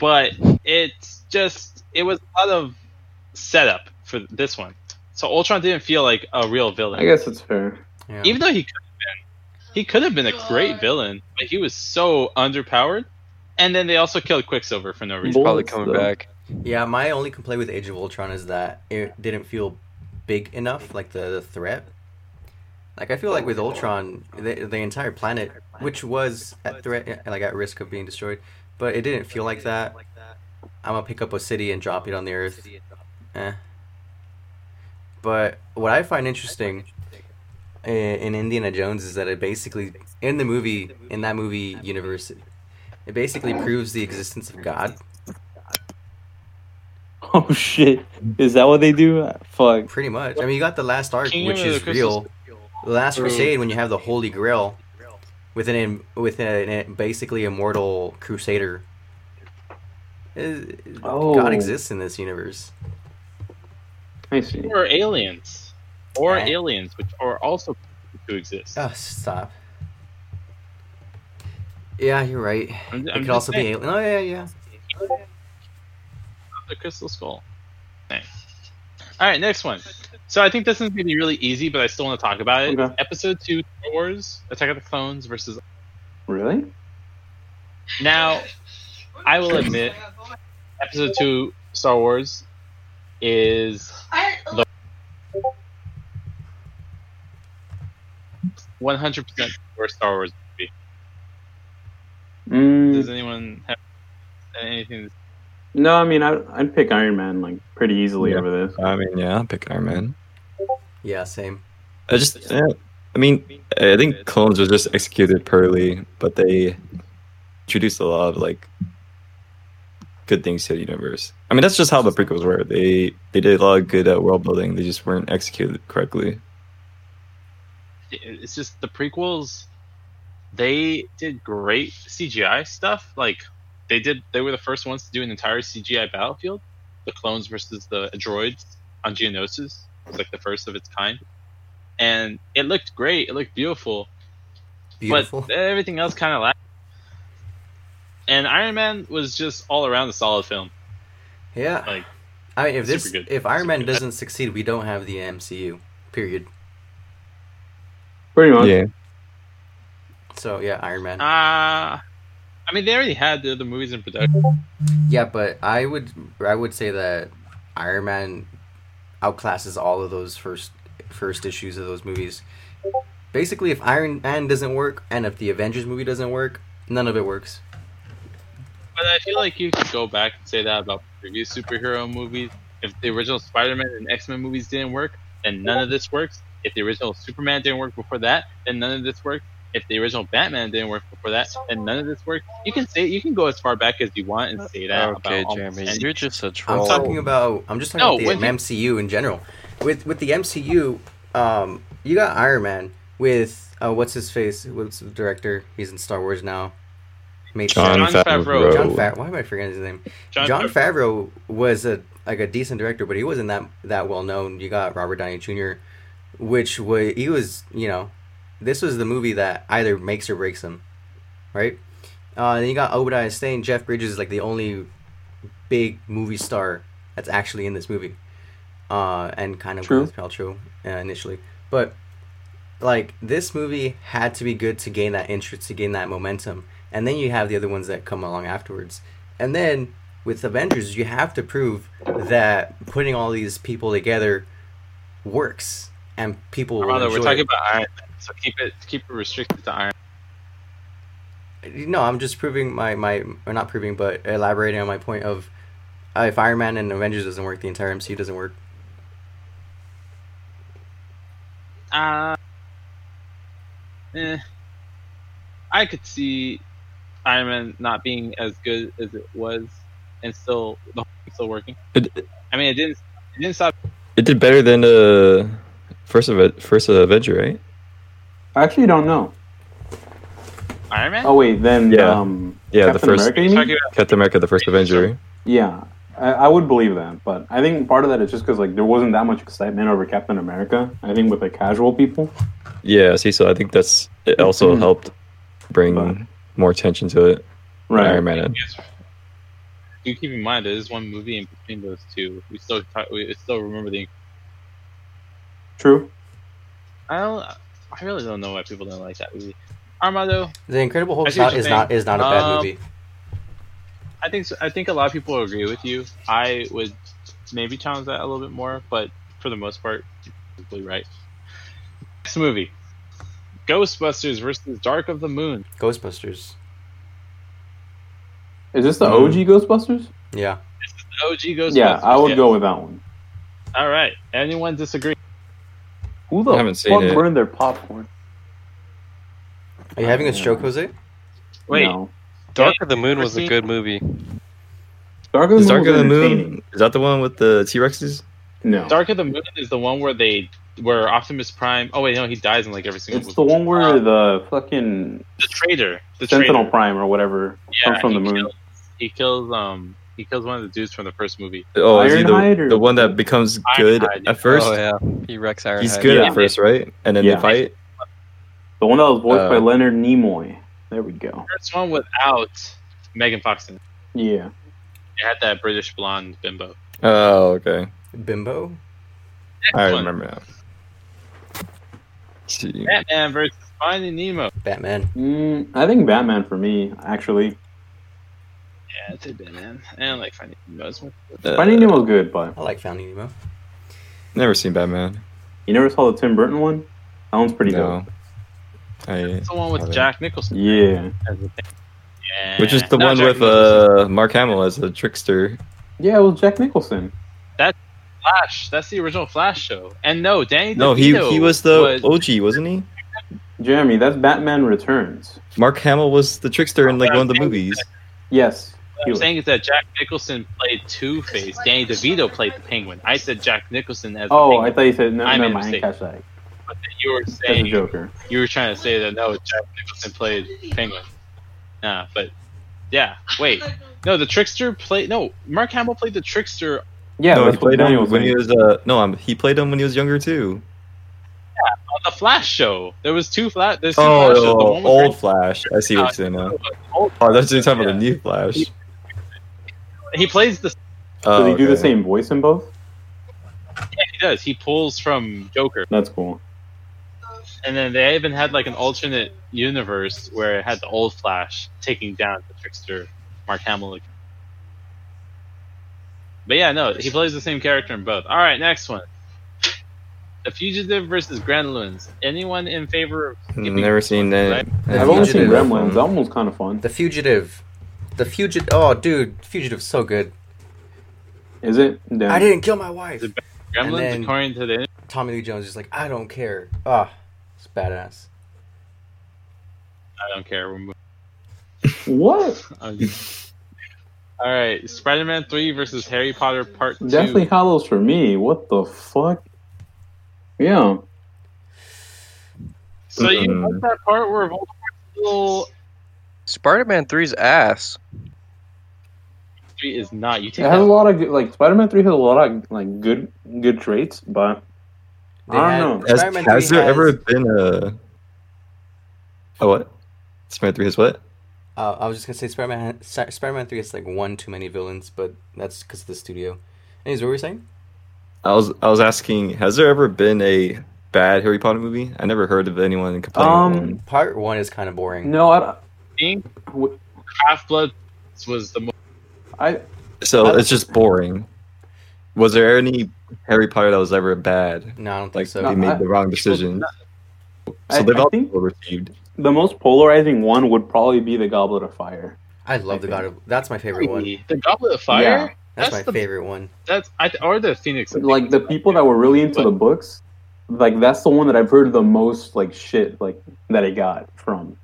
B: but it's just it was a lot of setup for this one. So Ultron didn't feel like a real villain.
C: I guess it's fair.
D: yeah.
B: Even though he could have been, he could have been a great villain, but he was so underpowered. And then they also killed Quicksilver for no
A: He's
B: reason.
C: Bull-
A: probably
C: Bullets,
A: coming
C: though.
A: back.
D: Yeah, my only complaint with Age of Ultron is that it didn't feel big enough, like the, the threat. Like I feel like with Ultron, the, the entire planet, which was at threat, like at risk of being destroyed, but it didn't feel like that. I'm gonna pick up a city and drop it on the earth. Eh. But what I find interesting in, in Indiana Jones is that it basically, in the movie, in that movie universe, it basically proves the existence of God.
C: Oh shit! Is that what they do? Fuck.
D: Pretty much. I mean, you got the last arc,
B: Kingdom
D: which
B: of the
D: is
B: Crystal
D: real. The last
B: Or-
D: crusade, when you have the Holy Grail, with an im- with an im- basically immortal crusader. Is-
C: Oh.
D: God exists in this universe.
C: I see.
B: Or aliens. Or
D: Yeah.
B: aliens, which are also to exist.
D: Oh, stop. Yeah, you're right.
B: I'm,
D: It
B: I'm
D: could
B: just
D: also
B: saying,
D: be alien. Oh yeah, yeah.
B: the crystal skull. Thanks. All right, next one. So I think this is going to be really easy, but I still want to talk about it.
C: Okay.
B: Episode 2 Star Wars Attack of the Clones versus.
C: Really?
B: Now, I will admit- Episode 2 Star Wars is
F: I,
B: The- 100% the worst Star Wars movie.
C: Mm, Hmm.
B: Does anyone have anything? to-
C: no, I mean I, I'd pick Iron Man like pretty easily
E: Yeah.
C: over this.
E: I mean, yeah, I'll pick Iron Man.
D: Yeah, same.
E: I just, yeah, I mean, I think clones was just executed poorly, but they introduced a lot of like good things to the universe. I mean, that's just how the prequels were. They they did a lot of good at world building. They just weren't executed correctly.
B: It's just the prequels. They did great CGI stuff. Like they did, they were the first ones to do an entire CGI battlefield. The clones versus the droids on Geonosis was like the first of its kind, and it looked great. It looked beautiful,
D: Beautiful.
B: but everything else kind of lacked. And Iron Man was just all around a solid film.
D: yeah.
B: like,
D: I mean, if
B: super
D: this
B: good.
D: if Iron
B: Super
D: Man
B: good.
D: doesn't succeed, we don't have the MCU. Period.
C: Pretty much.
E: Yeah,
D: So yeah, Iron Man.
B: Uh, I mean, they already had the other movies in production.
D: Yeah, but I would I would say that Iron Man outclasses all of those first first issues of those movies. Basically, if Iron Man doesn't work and if the Avengers movie doesn't work, none of it works.
B: But I feel like you could go back and say that about previous superhero movies. If the original Spider-Man and X-Men movies didn't work, then none of this works. If the original Superman didn't work before that, then none of this works. If the original Batman didn't work before that, then none of this works. You can say you can go as far back as you want and say that.
A: Okay,
B: about
A: Jeremy,
B: almost
A: you're
B: any-
A: just a
D: I'm
A: troll.
D: talking about I'm just talking
B: No,
D: about
B: when
D: the
B: you-
D: MCU in general. With with the MCU, um, you got Iron Man with uh, what's his face? What's the director? He's in Star Wars now. Made
E: John,
B: John
E: Favreau.
B: Favreau.
D: John Favreau. Why am I forgetting his name? John, Favreau was a like a decent director, but he wasn't that that well known. You got Robert Downey Jr., which was he was you know, this was the movie that either makes or breaks him, right? Uh, then you got Obadiah Stane. Jeff Bridges is like the only big movie star that's actually in this movie, uh, and kind of
C: True.
D: Gwyneth Paltrow uh, initially, but like this movie had to be good to gain that interest, to gain that momentum, and then you have the other ones that come along afterwards, and then with Avengers, you have to prove that putting all these people together works, and people will
B: Brother,
D: enjoy
B: we're talking
D: it.
B: about Iron Man, so keep it keep it restricted to Iron.
D: No, I'm just proving my my or not proving, but elaborating on my point of uh, if Iron Man and Avengers doesn't work, the entire MCU doesn't work.
B: Man. Uh, eh. I could see Iron Man not being as good as it was and still the whole thing's still working.
E: It-
B: I mean, it didn't it didn't stop.
E: It did better than uh, first of first Avenger, right?
C: I actually don't know.
B: Iron Man.
C: Oh wait, then
E: Yeah.
C: um,
E: Yeah, the
C: Captain
E: first-
C: America, you mean?
B: Talking about-
E: Captain America: The First Avenger.
C: Yeah, I, I would believe that, but I think part of that is just because like there wasn't that much excitement over Captain America. I think with the casual people,
E: Yeah, see, so I think that's it. Also helped bring
C: Fine.
E: more attention to it. Iron Man. had.
B: Yes. Do keep in mind there is one movie in between those two. We still talk, we still remember the.
C: True.
B: I don't. I really don't know why people don't like that movie. Armado.
D: The Incredible Hulk
B: I
D: is
B: see what
D: not,
B: you're
D: is not
B: saying.
D: is not a bad
B: Um,
D: movie.
B: I think so- I think a lot of people agree with you. I would maybe challenge that a little bit more, but for the most part, you're probably right. Next movie, Ghostbusters versus Dark of the Moon.
D: Ghostbusters.
C: Is this the
E: Mm-hmm.
C: OG Ghostbusters?
D: Yeah.
B: OG Ghostbusters.
C: Yeah, I would
B: yes.
C: go with that one.
B: All right. Anyone disagree?
C: Who
E: I
C: the
E: haven't
C: fuck
E: seen it.
C: burned their popcorn?
D: Are you having a stroke, Jose?
B: Wait,
C: no.
A: Dark of the Moon was a
B: Proceed.
A: good movie.
C: Dark of the Moon.
E: Is Dark of
C: was
E: the Moon
C: entertaining.
E: is that the one with the T Rexes?
C: No,
B: Dark of the Moon is the one where they where Optimus Prime. Oh wait, no, he dies in like every single.
C: it's the
B: movie.
C: one where
B: Uh,
C: the fucking
B: the traitor, the
C: Sentinel
B: traitor,
C: Prime or whatever comes from
B: he
C: the moon.
B: Kills, he kills um he kills one of the dudes from the first movie.
E: Oh, is he
C: Ironhide
E: the,
C: or-
E: the one that becomes good
B: Ironhide, yeah.
E: at first?
A: oh yeah, he wrecks Ironhide.
E: He's good
C: Yeah.
E: at first, right? And then
C: Yeah.
E: they fight.
C: The one that was voiced by
E: Uh,
C: Leonard Nimoy. There we go.
B: First one without Megan Fox. In it.
C: Yeah.
B: It had that British blonde bimbo.
E: Oh, okay.
D: Bimbo.
E: I
B: one.
E: remember now. See.
B: Batman versus Finding Nemo.
D: Batman.
C: Mm, I think Batman for me, actually.
B: Yeah, it's a Batman. And like Finding Nemo. is my-
E: Uh,
C: Finding Nemo's good, but
D: I like Finding Nemo.
E: Never seen Batman.
C: you never saw the Tim Burton one? That one's pretty
E: no.
C: dope.
E: I,
B: It's the one with
E: Haven't.
B: Jack Nicholson.
C: Yeah.
B: as the thing. Yeah.
E: which is the
B: Not
E: one
B: Jack
E: with
B: Nicholson,
E: uh, Mark Hamill as a trickster.
C: Yeah, it was Jack Nicholson.
B: Flash. That's the original Flash show. And no, Danny.
E: No, he
B: DeVito
E: he was the
B: was-
E: OG, wasn't he?
C: Jeremy, that's Batman Returns.
E: Mark Hamill was the trickster in like
B: Yeah,
E: one of the
B: I think
E: movies.
C: Yes.
B: What
C: he
B: I'm
C: was.
B: saying is that Jack Nicholson played Two Face. Danny DeVito played the Penguin. I said Jack Nicholson as the
C: Oh, I
B: Penguin.
C: thought you said no.
B: I made
C: Never
B: a
C: mind. I
B: mistake.
C: didn't catch that.
B: but then you were
C: That's a
B: saying
C: Joker.
B: you were trying to say that no, Jack Nicholson played Penguin. Nah, but yeah. Wait, no, the trickster played no. Mark Hamill played the trickster.
C: Yeah,
E: no,
C: that's
E: he played
C: what Daniel
E: him
C: was
E: when he
C: saying.
E: was uh, no, I'm, he played him when he was younger too.
B: on the Flash show. There was two Flash. There's two
E: Oh,
B: Flash shows. The one with
E: old Flash. I see what you're
B: Uh,
E: saying now.
B: Greg- old-
E: Oh, that's you're talking about the
B: Yeah.
E: new Flash.
B: He plays the.
E: Oh,
C: Did he do the
E: okay.
C: same voice in both?
B: He does. He pulls from Joker,
C: That's cool.
B: and then they even had like an alternate universe where it had the old Flash taking down the trickster, Mark Hamill. again. But yeah, no, he plays the same character in both. All right, next one. The Fugitive versus Gremlins. Anyone in favor of skipping?
E: Hmm, Never seen that.
B: Right?
C: I've only seen
E: Fugitive.
C: Gremlins. That one was kind of fun.
D: The Fugitive. The Fugitive. Oh, dude, Fugitive's so good.
C: Is it? Damn.
D: I didn't kill my wife.
B: Gremlins,
D: then-
B: according to the
D: Tommy Lee Jones is like, I don't care. Ah, it's badass.
B: I don't care. We're moving.
C: What?
B: on. All right, Spider-Man Three versus Harry Potter Part Two.
C: Deathly Hollows for me. What the fuck? Yeah.
B: So you
E: Mm-mm.
B: like that part where Voldemort's little
A: Spider-Man 3's ass.
B: three is not. You
C: It
B: take
C: has a
B: that.
C: lot of good, like Spider-Man Three has a lot of like good good traits, but
D: They
C: I
D: had-
C: don't know.
E: Has,
D: Spider-Man
E: has
D: 3
E: there
D: has-
E: ever been a? Oh what? Spider Three has what?
D: Uh, I was just gonna say Spider-Man. Spider-Man Three has like one too many villains, but that's because of the studio. Anyways, what were you saying?
E: I was I was asking, has there ever been a bad Harry Potter movie? I never heard of anyone complaining.
C: Um,
E: about one.
D: Part one is kind of boring.
C: no, I,
B: Being
C: don't-
B: Half Blood was the most.
C: I
E: so
C: I-
E: it's just boring. Was there any Harry Potter that was ever bad?
D: No, I don't think
E: Like
D: so.
E: they made
C: I-
E: the wrong decision.
C: I-
E: So they've
C: I
E: all
C: think-
E: been well received.
C: the most polarizing one would probably be the Goblet of Fire.
D: I love the God of. That's my favorite one.
B: The Goblet of Fire.
C: Yeah.
D: That's,
B: That's
D: my
B: the-
D: favorite one.
B: That's I th- or the Phoenix.
C: Like the people that were really into the books, like that's the one that I've heard the most like shit like that it got from.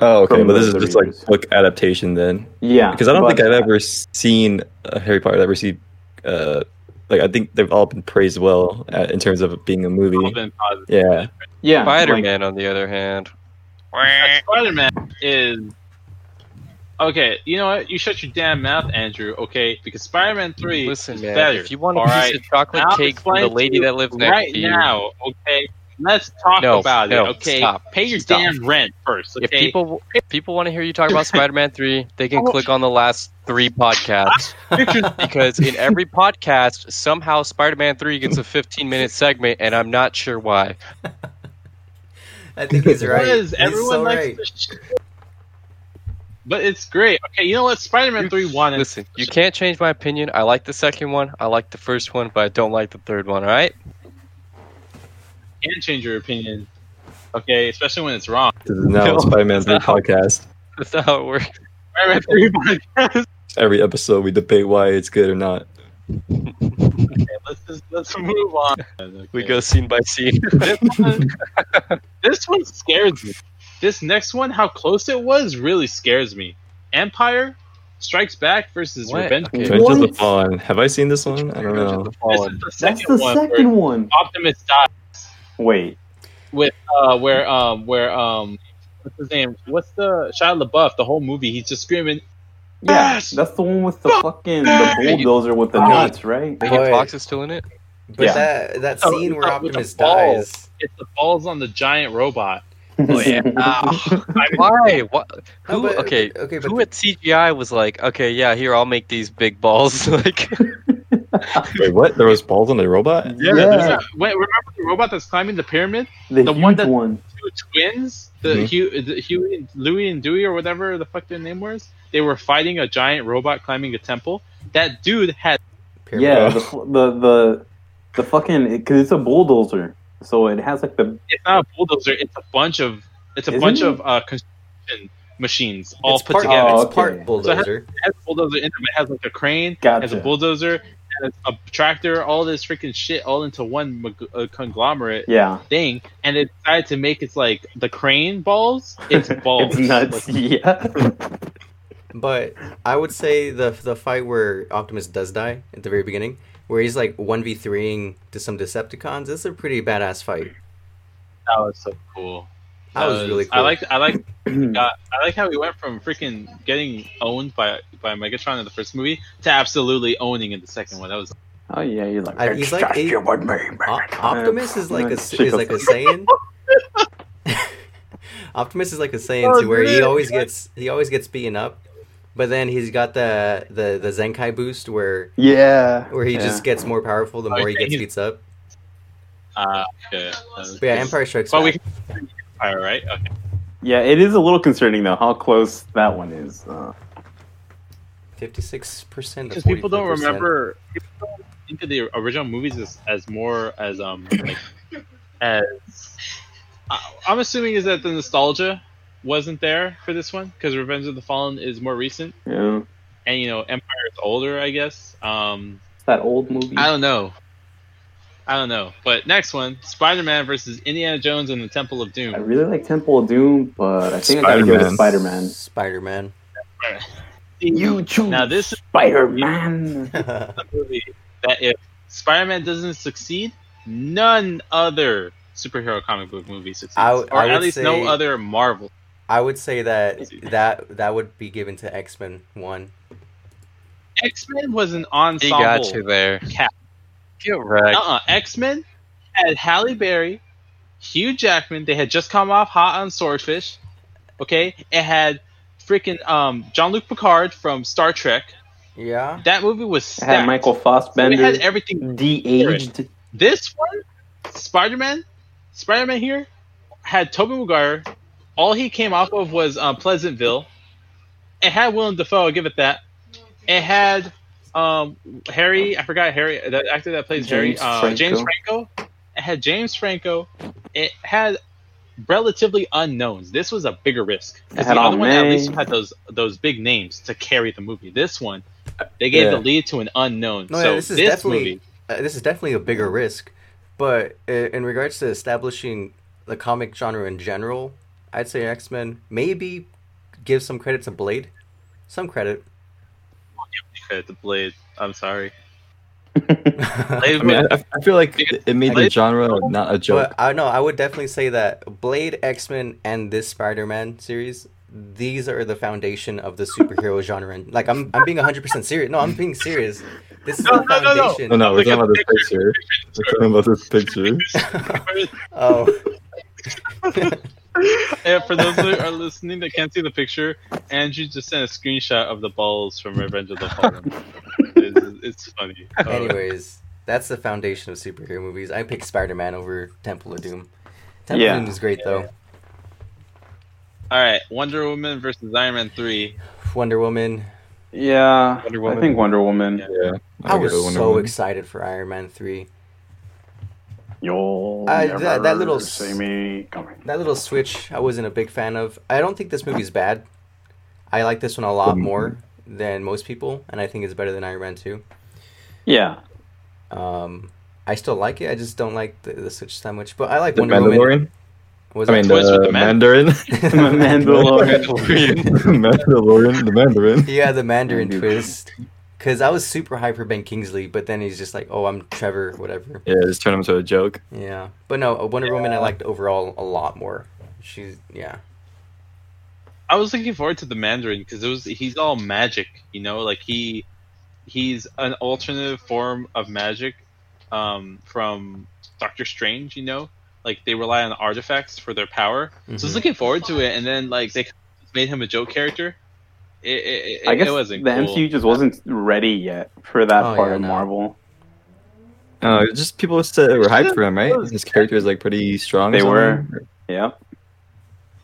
E: Oh, okay.
C: From
E: But this
C: the-
E: is
C: the
E: just like
C: readers.
E: book adaptation then,
C: Yeah,
E: because I don't think
C: but-
E: I've ever seen a Harry Potter that received, uh, like I think they've all been praised well uh in terms of being a
B: All
E: movie.
B: been positive.
E: Yeah,
C: Yeah,
A: Spider
C: like-
A: Man, on the other hand.
B: Spider Man is okay. You know what? You shut your damn mouth, Andrew. Okay, because Spider Man Three
A: Listen,
B: is
A: man,
B: better.
A: if you want a
B: all
A: piece
B: right?
A: of chocolate
B: Now I'll
A: cake from the
B: explain to
A: lady
B: you
A: that lives next
B: right
A: to you,
B: now, okay. Let's talk
A: No,
B: about
A: no,
B: it. Okay,
A: stop,
B: pay your
A: stop.
B: damn rent first. Okay,
A: if people if people want to hear you talk about Spider Man Three, they can click on the last three podcasts because in every podcast somehow Spider Man Three gets a 15 minute segment, and I'm not sure why.
D: I think he's right.
B: Because
D: He's
B: everyone
D: so
B: likes
D: right.
B: this shit. But it's great. Okay, you know what? Spider Man
A: You-
B: 3 won. it.
A: Listen, you can't change my opinion. I like the second one. I like the first one, but I don't like the third one. All right.
B: You can change your opinion. Okay, especially when it's wrong.
E: this is now
A: No,
E: a Spider-Man
A: it's
E: three
A: not.
E: podcast.
A: That's not how it works.
B: Spider Man 3 podcast.
E: Every episode we debate why it's good or not.
B: Okay, let's, just, let's move on. Okay.
A: We go scene by scene.
B: This one, this one scares me. This next one, how close it was, really scares me. Empire Strikes Back versus
A: What?
B: Revenge.
A: Okay.
E: Revenge of the
C: What?
E: Fallen. Have I seen this one? I don't
A: Revenge of
E: know.
A: the
B: This
A: Fallen.
B: is the
C: That's
B: second
C: the
B: one
C: second
B: where
C: one.
B: Optimus dies.
C: Wait,
B: with uh where um where um what's his name? What's the Shia LaBeouf? The whole movie, he's just screaming.
C: yeah,
B: Yes!
C: that's the one with the fucking the bulldozer with the
B: Ah.
C: nuts, right?
A: Megan
D: Boy.
A: Fox is still in it.
D: But
C: Yeah.
D: that that
B: Oh,
D: scene where
B: oh, with the
D: Optimus
B: ball.
D: dies.
B: It's the balls on the giant robot. Oh,
A: Why? What?
D: No,
A: Who?
D: but-
A: okay.
D: Okay, but
A: Who at CGI was like, okay, yeah, here I'll make these big balls. like,
E: Wait, what? There was balls on the robot?
C: Yeah,
B: there's a- wait, remember the robot that's climbing the pyramid?
C: the,
B: the
C: huge
B: one
C: one.
B: that- Two twins, the
E: Mhm.
D: Mm-hmm.
B: Hugh, the Hugh and Louis and Dewey or whatever the fuck their name was. They were fighting a giant robot climbing a temple. That dude had
D: Pyramid.
C: Yeah,
E: Pyramid.
C: the, fl- the the the fucking because it's a bulldozer, so it has like the
B: it's not a bulldozer. It's a bunch of it's a
C: Isn't
B: bunch
C: it?
B: of uh, construction machines all
D: it's
B: put
D: part,
B: together.
C: Oh,
D: It's
C: okay.
D: part bulldozer.
B: It has a bulldozer in it, but it has like a crane.
C: gotcha.
B: as a bulldozer, as a tractor, all this freaking shit all into one mag- uh, conglomerate
C: yeah,
B: thing, and they decided to make it's like the crane balls. It's balls.
C: it's nuts.
B: Like,
C: Yeah,
D: But I would say the the fight where Optimus does die at the very beginning, where he's like one v threeing to some Decepticons, it's a pretty badass fight.
B: that was so cool.
D: That was really
B: I
D: cool.
B: like. I like.
C: Mm-hmm.
B: got- I like how he went from freaking getting owned by by Megatron in the first movie to absolutely owning in the second one. That was
C: oh yeah, you're like
D: I- he's like
C: "Just
D: a-
C: you with me, man."
D: O- Optimus is like a is
C: Shit goes-
D: like a Saiyan. Optimus is like a
B: Oh,
D: Saiyan to where he always gets he always gets beaten up, but then he's got the the the Zenkai boost where
C: yeah,
D: where he
C: yeah.
D: just gets more powerful the
B: Oh,
D: more he
B: yeah,
D: gets
B: he's-
D: beats up.
B: uh, yeah. that was-
D: But yeah, Empire Strikes
B: But we
D: Back.
B: All right. Okay.
C: yeah. It is a little concerning though how close that one is. Uh,
D: Fifty six percent.
B: Because people don't remember. People don't think of the original movies as, as more as um like as I, I'm assuming is that the nostalgia wasn't there for this one because Revenge of the Fallen is more recent
C: yeah,
B: and you know Empire is older I guess. Um,
C: it's that old movie.
B: I don't know. I don't know. But next one, Spider-Man versus Indiana Jones and the Temple of
C: I
B: Doom.
C: really like Temple of Doom, but I think I gotta go to Spider Man.
D: Spider Man.
C: You choose
B: Now this is
C: Spider Man.
B: the movie that if Spider-Man doesn't succeed, none other superhero comic book movie succeeds,
D: I w-
B: or
D: I
B: at
D: would
B: least no
D: say-
B: other Marvel.
D: I would say that that that would be given to X Men One.
B: X-Men was an
A: he
B: ensemble.
A: got you there.
B: Cap.
A: Get wrecked.
B: Uh-uh. X-Men had Halle Berry, Hugh Jackman. They had just come off hot on Swordfish. Okay, it had freaking um John Luc Picard from Star Trek.
D: Yeah.
B: That movie was
C: I
B: stacked.
C: had Michael
B: So it had
C: Fassbender
B: everything
C: de-aged.
B: This one, Spider Man, Spider Man here had Tobey Maguire. All he came off of was um, Pleasantville. It had Willem Dafoe. I'll give it that. It had um, Harry. I forgot Harry, the actor that plays Harry.
C: James
B: Uh, James Franco. It had James Franco. It had relatively unknowns. This was a bigger risk. 'Cause
C: It had
B: the other
C: all
B: one at least
C: names.
B: had those those big names to carry the movie. This one, they gave
E: Yeah.
B: the lead to an unknown.
D: No, yeah,
B: so
D: this
B: this,
D: is definitely-
B: movie.
D: uh, this is definitely a bigger risk, but uh, in regards to establishing the comic genre in general, I'd say X Men. Maybe give some credit to Blade. Some credit.
B: Credit to Blade. I'm sorry.
E: I mean, I, I feel like it it made the genre not a joke.
D: But I know I would definitely say that Blade, X Men, and this Spider Man series, these are the foundation of the superhero genre. And like I'm, I'm being 100 percent serious. No, I'm being serious. This is
B: No,
D: the
B: no, no, no.
D: foundation.
E: Oh, No, no, we're
B: Look
E: talking
B: at
E: about this
B: the
E: picture. We're talking about this picture.
D: Oh,
B: and for those who are listening that can't see the picture, Andrew just sent a screenshot of the balls from Revenge of the Fallen. it's, it's funny. Oh,
D: anyways, that's the foundation of superhero movies. I pick Spider Man over Temple of Doom. Temple
C: Yeah.
D: of Doom is great though.
B: All right, Wonder Woman versus Iron Man three.
D: Wonder Woman.
C: Yeah,
A: Wonder
C: I
A: Woman.
C: think Wonder Woman.
B: Yeah.
E: Yeah,
D: I
E: I'll
D: was
E: give it Wonder
D: so
E: Woman.
D: excited for Iron Man three.
C: You'll
D: Uh,
C: never
D: that- that little
C: see
D: s-
C: me coming.
D: That little switch, I wasn't a big fan of. I don't think this movie's bad. I like this one a
E: Mm-hmm.
D: lot more than most people, and I think it's better than Iron Man two.
C: Yeah,
D: Um, I still like it. I just don't like the, the switch that much. But I like
E: The
D: Wonder Woman.
E: Mandalorian.
D: Was
E: I mean,
B: Toys
E: the,
B: with the Man-
E: Mandarin.
C: Mandalorian.
E: Mandalorian. The Mandarin.
D: yeah, the Mandarin
C: Dude.
D: twist. Because I was super hyped for Ben Kingsley, but then he's just like, "Oh, I'm Trevor, whatever."
E: Yeah, just turn him into a joke.
D: Yeah, but no, uh, Wonder Woman I liked overall a lot more. She's yeah,
B: I was looking forward to the Mandarin because it was he's all magic, you know, like he he's an alternative form of magic um, from Doctor Strange, you know, like they rely on artifacts for their power. So I
E: Mm-hmm.
B: was
D: Mhm.
B: looking forward to it, and then like they made him a joke character. It, it, it,
C: I guess
B: it
C: the
B: wasn't cool.
C: MCU just wasn't ready yet for that
D: Oh,
C: part
D: yeah,
C: of
D: no.
C: Marvel.
E: Oh, it's just people said they were hyped for him, right? His character is like pretty strong. or
C: They were.
E: something.
C: Yeah,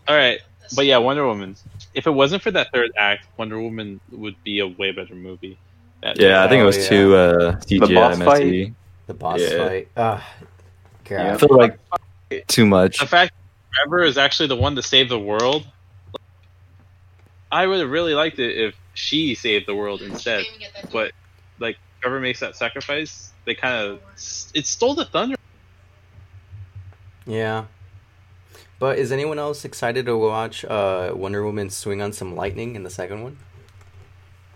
B: All right, but yeah, Wonder Woman. If it wasn't for that third act, Wonder Woman would be a way better movie. That-
E: Yeah, I think it
D: Oh,
E: was
D: yeah.
E: too uh, CGI
C: boss
E: messy.
D: the boss
E: Yeah.
D: fight. Ugh, God.
E: I feel like too much.
B: the fact that Trevor is actually the one to save the world. I would have really liked it if she saved the world instead,
F: Aiming at that
B: but like Trevor makes that sacrifice, they kind of it stole the thunder.
D: Yeah. But is anyone else excited to watch uh, Wonder Woman swing on some lightning in the second one?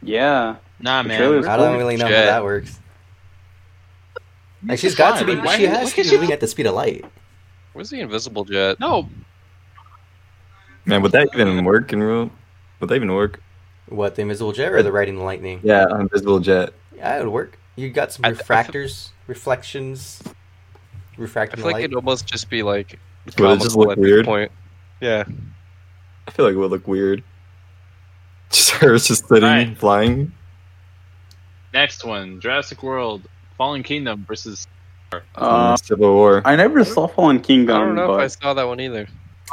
C: yeah.
B: Nah,
C: The
B: man.
C: trailer's-
D: I don't really know how
A: Shit.
D: that works. Like she's got to be,
F: Why-
D: she has
B: why
D: to
B: can't
D: be
B: she-
D: moving at the speed of light.
A: Where's the invisible jet?
B: No,
E: Man, would that even work in real? Would that even work?
D: What the invisible jet or the riding lightning?
E: Yeah, invisible jet.
D: Yeah, it would work. You got some
A: I- I
D: refractors, reflections,
A: I
D: refracting
A: feel like
D: light.
A: it'd almost just be like
E: Would it just
A: comical
E: look
A: at
E: weird?
A: this point. Yeah.
E: I feel like it would look weird. Just her just sitting,
B: Right.
E: flying.
B: next one, Jurassic World, Fallen Kingdom versus.
C: Uh,
E: Civil War.
C: I never saw Fallen Kingdom.
A: I don't know
C: but...
A: if I saw that one either.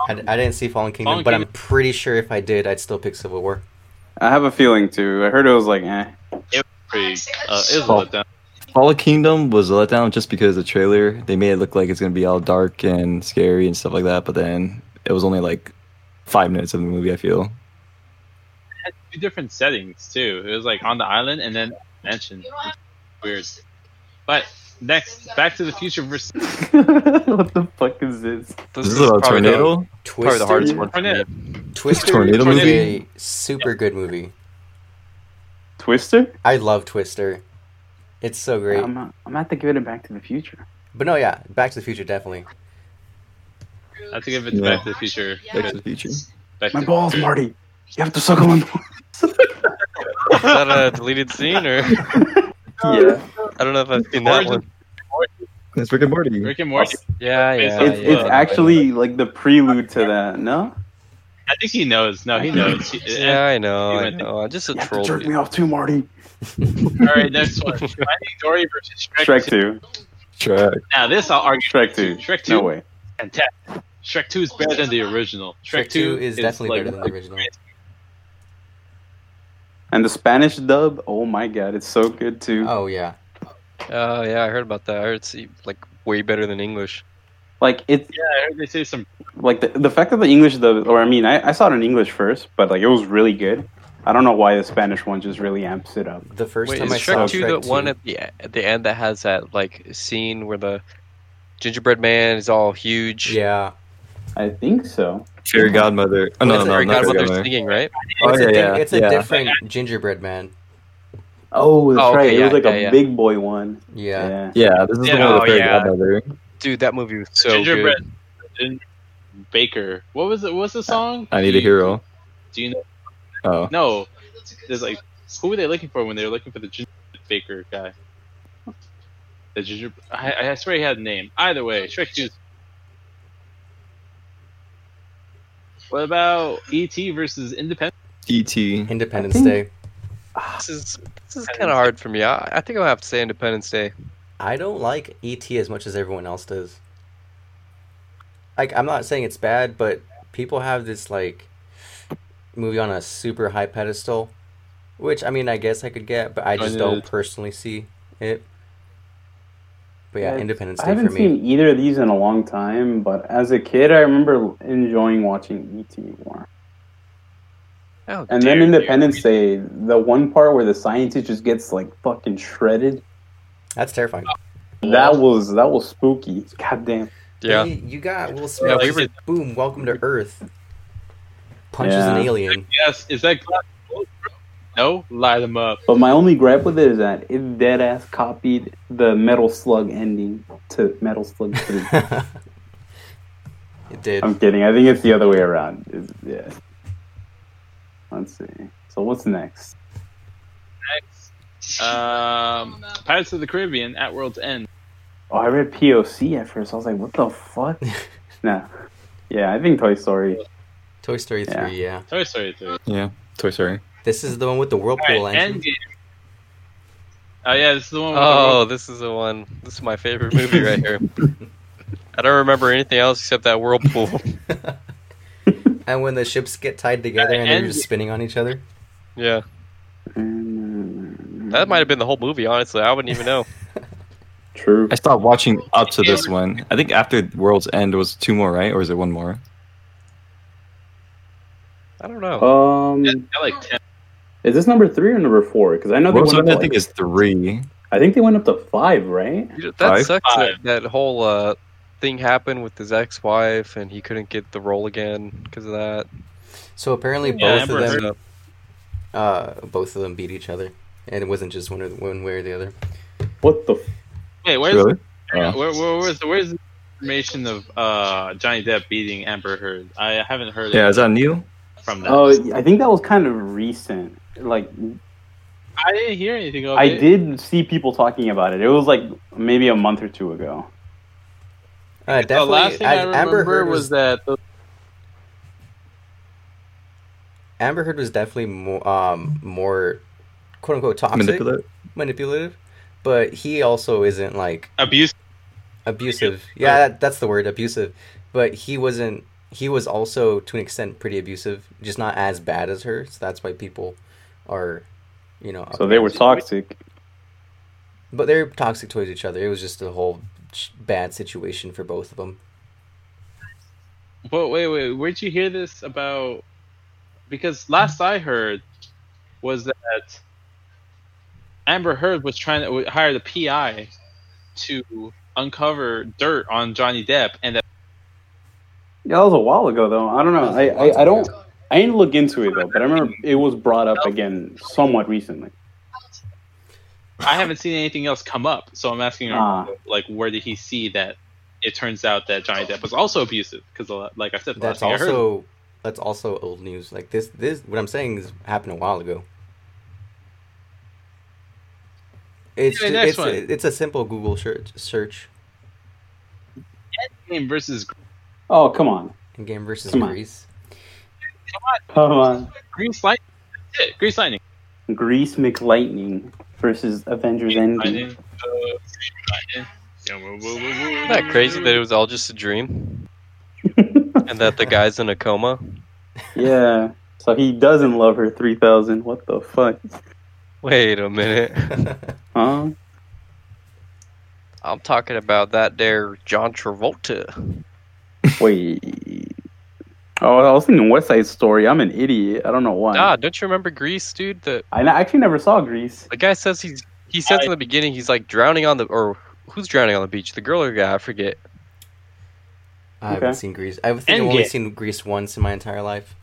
D: I, I didn't see Fallen Kingdom,
B: Fallen
D: but I'm
B: Kingdom-
D: pretty sure if I did, I'd still pick Civil War.
C: I have a feeling too. I heard it was like, eh.
B: Pretty, uh, it was a
E: Oh.
B: letdown.
E: Fallen Kingdom was a letdown just because the trailer they made it look like it's gonna be all dark and scary and stuff like that, but then it was only like five minutes of the movie. I feel
B: Two different settings too. It was like on the island and then mansion.
F: You don't have
B: Weird. But next, Back to the Future versus
C: what the fuck is this?
E: this is about a
A: probably
E: tornado.
A: The, probably
D: Twister,
A: the hardest one. For me.
B: Tornado.
D: Twister
E: Tornado
D: is
E: movie?
D: a super good movie.
C: Twister?
D: I love Twister. It's so great.
A: Um,
C: I'm, I'm gonna have to give it a Back to the Future.
D: But no, yeah, Back to the Future definitely.
B: I have to give it to
E: Yeah.
B: Back to the Future.
E: Back to the Future.
B: Back
C: My
B: to the
C: balls,
B: Future.
C: Marty. You have to suckle on.
A: Is that a deleted scene or
C: yeah,
A: I don't know if I've seen that
B: Origin-
A: one.
E: It's Rick and Morty.
B: Rick and Morty.
A: Yeah, yeah.
C: it's,
A: yeah.
C: it's actually like the prelude to that. No,
B: I think he knows. No, he knows. He-
A: yeah, I know. I
B: You know,
A: know. I'm just a
C: you have to
A: troll.
C: jerk
A: dude.
C: me off too, Marty.
B: All right, next one. Finding Dory versus Shrek,
C: Shrek
B: 2.
C: two.
E: Track.
B: Now, this I'll argue.
C: Shrek two.
B: Shrek 2.
C: No way.
B: Fantastic. Shrek 2 is better than the original. Shrek,
D: Shrek 2 is definitely
B: like-
D: better than the original.
C: And the Spanish dub. Oh my god, it's so good too.
D: Oh yeah,
A: Oh yeah, I heard about that. I heard it's like way better than English.
C: Like it's
B: Yeah, I heard they say some.
C: like the, the fact that the English dub, or I mean, I, I saw it in English first, but like it was really good. I don't know why the Spanish one just really amps it up.
D: the first
A: Wait,
D: time
A: is
D: I saw
A: Shrek
D: Shrek
A: Two the
D: 2,
A: one at the at the end that has that like scene where the gingerbread man is all huge?
D: yeah,
C: I think so.
E: Fairy Godmother. Oh, no,
A: That's
E: no,
A: Fairy
E: not Fairy
A: Godmother
E: Godmother.
A: singing, right?
E: Oh,
D: it's
E: yeah,
D: a, di-
E: yeah,
D: it's a
E: yeah.
D: different gingerbread man.
C: Oh, that's
A: Oh, okay,
C: right.
A: yeah,
C: it was like
A: yeah,
C: a
A: yeah.
C: big boy one.
D: Yeah.
C: Yeah.
E: Yeah, this is the
B: Yeah,
E: one with
A: oh,
E: the Fairy
A: yeah.
E: Godmother.
A: Dude, that movie was so
B: Gingerbread
A: good.
B: Gin- Baker. What was it? What was the song?
E: I need
B: Do
E: a
B: you-
E: hero.
B: Do you know?
E: Oh,
B: E No.
F: That's a good
B: There's like-
F: song.
B: Who were they looking for when they were looking for the gingerbread baker guy? The ginger. I, I swear he had a name. Either way, Shrek 2. What about E.T. versus Independence?
E: E.T.
D: Independence
C: I think-
D: Day.
A: This is this is kind of hard for me. I, I think I'll have to say Independence Day.
D: I don't like ET as much as everyone else does. Like I'm not saying it's bad, but people have this like movie on a super high pedestal, which I mean I guess I could get, but I just
B: yeah.
D: don't personally see it. But yeah,
C: Yeah,
D: Independence
C: I
D: Day for
C: haven't
D: me.
C: seen either of these in a long time, but as a kid, I remember enjoying watching ET more.
A: Oh,
B: Dude,
C: And then
B: dude.
C: Independence Day, the one part where the scientist just gets like fucking shredded.
D: That's terrifying.
C: That was that was spooky. God damn.
A: yeah.
D: Hey, you got Will
B: Yeah,
D: Smith.
B: we
D: just
B: were-
D: boom, welcome to Earth. Punches an
C: Yeah.
D: alien.
B: Yes. Is that glass? No. Light them up.
C: But my only gripe with it is that it dead ass copied the Metal Slug ending to Metal Slug 3.
D: it did.
C: I'm kidding. I think it's the other way around. It's- yeah. Let's see. So what's next?
B: Next. Um,
E: Uh,
B: Pirates of the Caribbean at World's End.
C: Oh, I read POC at first. I was like, what the fuck? nah. Yeah, I think Toy Story.
D: Toy Story
C: Yeah.
D: three. Yeah,
B: Toy Story 3.
E: Yeah, Toy Story.
D: this is the one with the whirlpool
B: Alright,
D: engine.
B: Endgame. Oh yeah, this is the one. With
A: Oh, this is the one. This is my favorite movie right here. I don't remember anything else except that whirlpool.
D: And when the ships get tied together and they're just spinning on each other.
A: Yeah,
C: That
A: that might have been the whole movie. Honestly, I wouldn't even know.
C: true.
E: I stopped watching up to this one. I think after World's End was two more, right? Or is it one more?
A: I don't know.
C: Um,
B: the- I like ten.
C: is this number three or number four? Because I know they
E: World's
C: went up
E: End,
C: to,
E: I
C: like-
E: think, is three.
C: I think they went up to five, right?
A: Dude, that
E: Five?
A: sucks.
B: Five.
A: That, that whole uh, thing happened with his ex-wife, and he couldn't get the role again because of that.
D: So apparently
B: Yeah,
D: both
B: Amber
D: of
B: Heard.
D: them, uh, both of them beat each other, and it wasn't just one or one way or the other.
C: What the? F-
B: Wait, where's
E: Really?
B: where,
E: Yeah.
B: where, where's the where's the information of uh Johnny Depp beating Amber Heard? I haven't heard
E: Yeah, is that new?
B: from that.
C: oh, I think that was kind of recent. Like
B: I didn't hear anything. Of
C: I
B: it.
C: did see people talking about it. It was like maybe a month or two ago.
D: Uh,
B: The
D: definitely,
B: last thing I,
D: I-
B: remember
D: Amber Heard
B: was,
D: was,
B: that the,
D: Amber Heard was definitely more, um, more quote unquote toxic, manipulative.
E: Manipulate?
D: but he also isn't like
B: abuse.
D: abusive. Yeah, that, that's the word, abusive. But he wasn't. He was also to an extent pretty abusive, just not as bad as her. So that's why people are, you know,
C: So they were toxic.
D: But they're toxic towards each other. It was just a whole sh- bad situation for both of them.
B: But wait, wait, where'd you hear this about? Because last I heard was that Amber Heard was trying to hire the PI to uncover dirt on Johnny Depp, and that
C: Yeah, that was a while ago though. I don't know. I, I, I don't. I didn't look into it though, but I remember it was brought up again somewhat recently.
B: I haven't seen anything else come up. So I'm asking,
C: Ah.
B: like, where did he see that? It turns out that Johnny Depp was also abusive because, like I said, the last
D: That's
B: thing I heard.
D: also that's also old news. Like this, this what I'm saying is happened a while ago. It's
B: Anyway,
D: ju-
B: next
D: it's, a-
B: one.
D: it's a simple Google search search
B: Endgame versus
C: Oh come on,
D: in game versus
C: Come on.
D: Greece.
C: come on.
B: Grease Lightning. That's it. Grease Lightning.
A: Mm-hmm.
C: Grease McLightning versus Avengers Endgame.
B: Isn't
A: Isn't that crazy that it was all just a dream, and that the guy's in a coma?
C: Yeah. So he doesn't love her three thousand. What the fuck?
A: Wait a minute.
C: Huh?
A: I'm talking about that there John Travolta.
C: Wait. Oh, I was thinking West Side Story. I'm an idiot. I don't know why.
A: Ah, don't you remember Grease, dude? The
C: I n- actually never saw Grease.
A: the guy says he's he says in the beginning he's like drowning on the or who's drowning on the beach? The girl or guy? I forget.
D: I haven't
C: Okay.
D: seen Grease. I think I've only
B: Endgame.
D: seen Grease once in my entire life.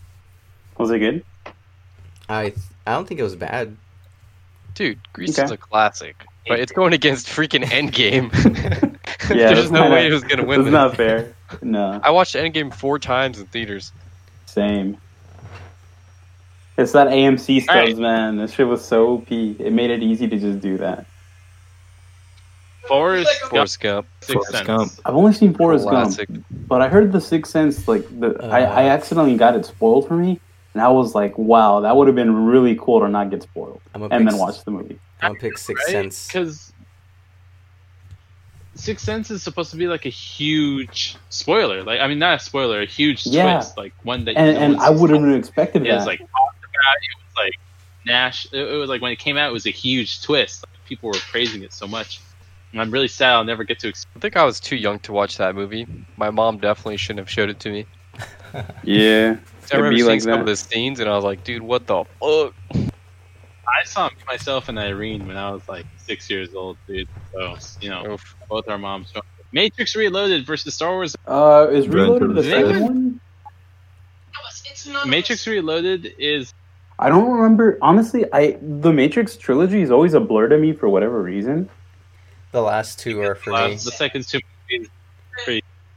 C: Was it good?
D: I I don't think it was bad.
A: Dude, Grease is
C: Okay.
A: a classic, but it's going against freaking Endgame.
C: Yeah,
A: There's
C: that's
A: no
C: kinda-
A: way it was gonna win.
C: It's
A: This.
C: not fair. No,
A: I watched Endgame four times in theaters.
C: same. It's that AMC stuff,
B: Alright.
C: man. This shit was so OP. It made it easy to just do that.
B: Forrest
F: Like,
B: Gump.
A: Forrest Gump,
B: Sixth
E: Forrest Gump.
B: Sense.
C: I've only seen Forrest Gump,
A: classic.
C: but I heard The Sixth Sense. Like, the, I,
D: Uh.
C: I accidentally got it spoiled for me, and I was like, wow, that would have been really cool to not get spoiled,
D: I'm gonna
C: and
D: pick,
C: then watch the movie.
D: I'm gonna pick Sixth Sense.
B: Because Sixth Sense is supposed to be like a huge spoiler. Like, I mean, not a spoiler, a huge
C: Yeah.
B: twist. Like one that
C: And,
B: no
C: and
B: one's
C: I wouldn't
B: expecting.
C: have expected
B: It was
C: that.
B: like talked about. It was like Nash. It, it was like when it came out, it was a huge twist. Like, people were praising it so much. And I'm really sad I'll never get to. Experience
A: I think I was too young to watch that movie. My mom definitely shouldn't have showed it to me.
C: yeah,
A: I
C: It'd
A: remember
C: be
A: seeing
C: like
A: some
C: that.
A: of the scenes, and I was like, "Dude, what the fuck?"
B: I saw it myself and Irene when I was like six years old, dude. So you know,
A: Oof.
B: both our moms. Matrix Reloaded versus Star Wars.
C: Uh, is
E: Run to
C: Reloaded
E: the
C: the second
B: Fifth.
C: one?
F: No, it's, it's none of
B: Matrix
F: us.
B: Reloaded is
C: I don't remember. Honestly, I the Matrix trilogy is always a blur to me for whatever reason.
D: The last two are for
B: uh,
D: me.
B: the second two.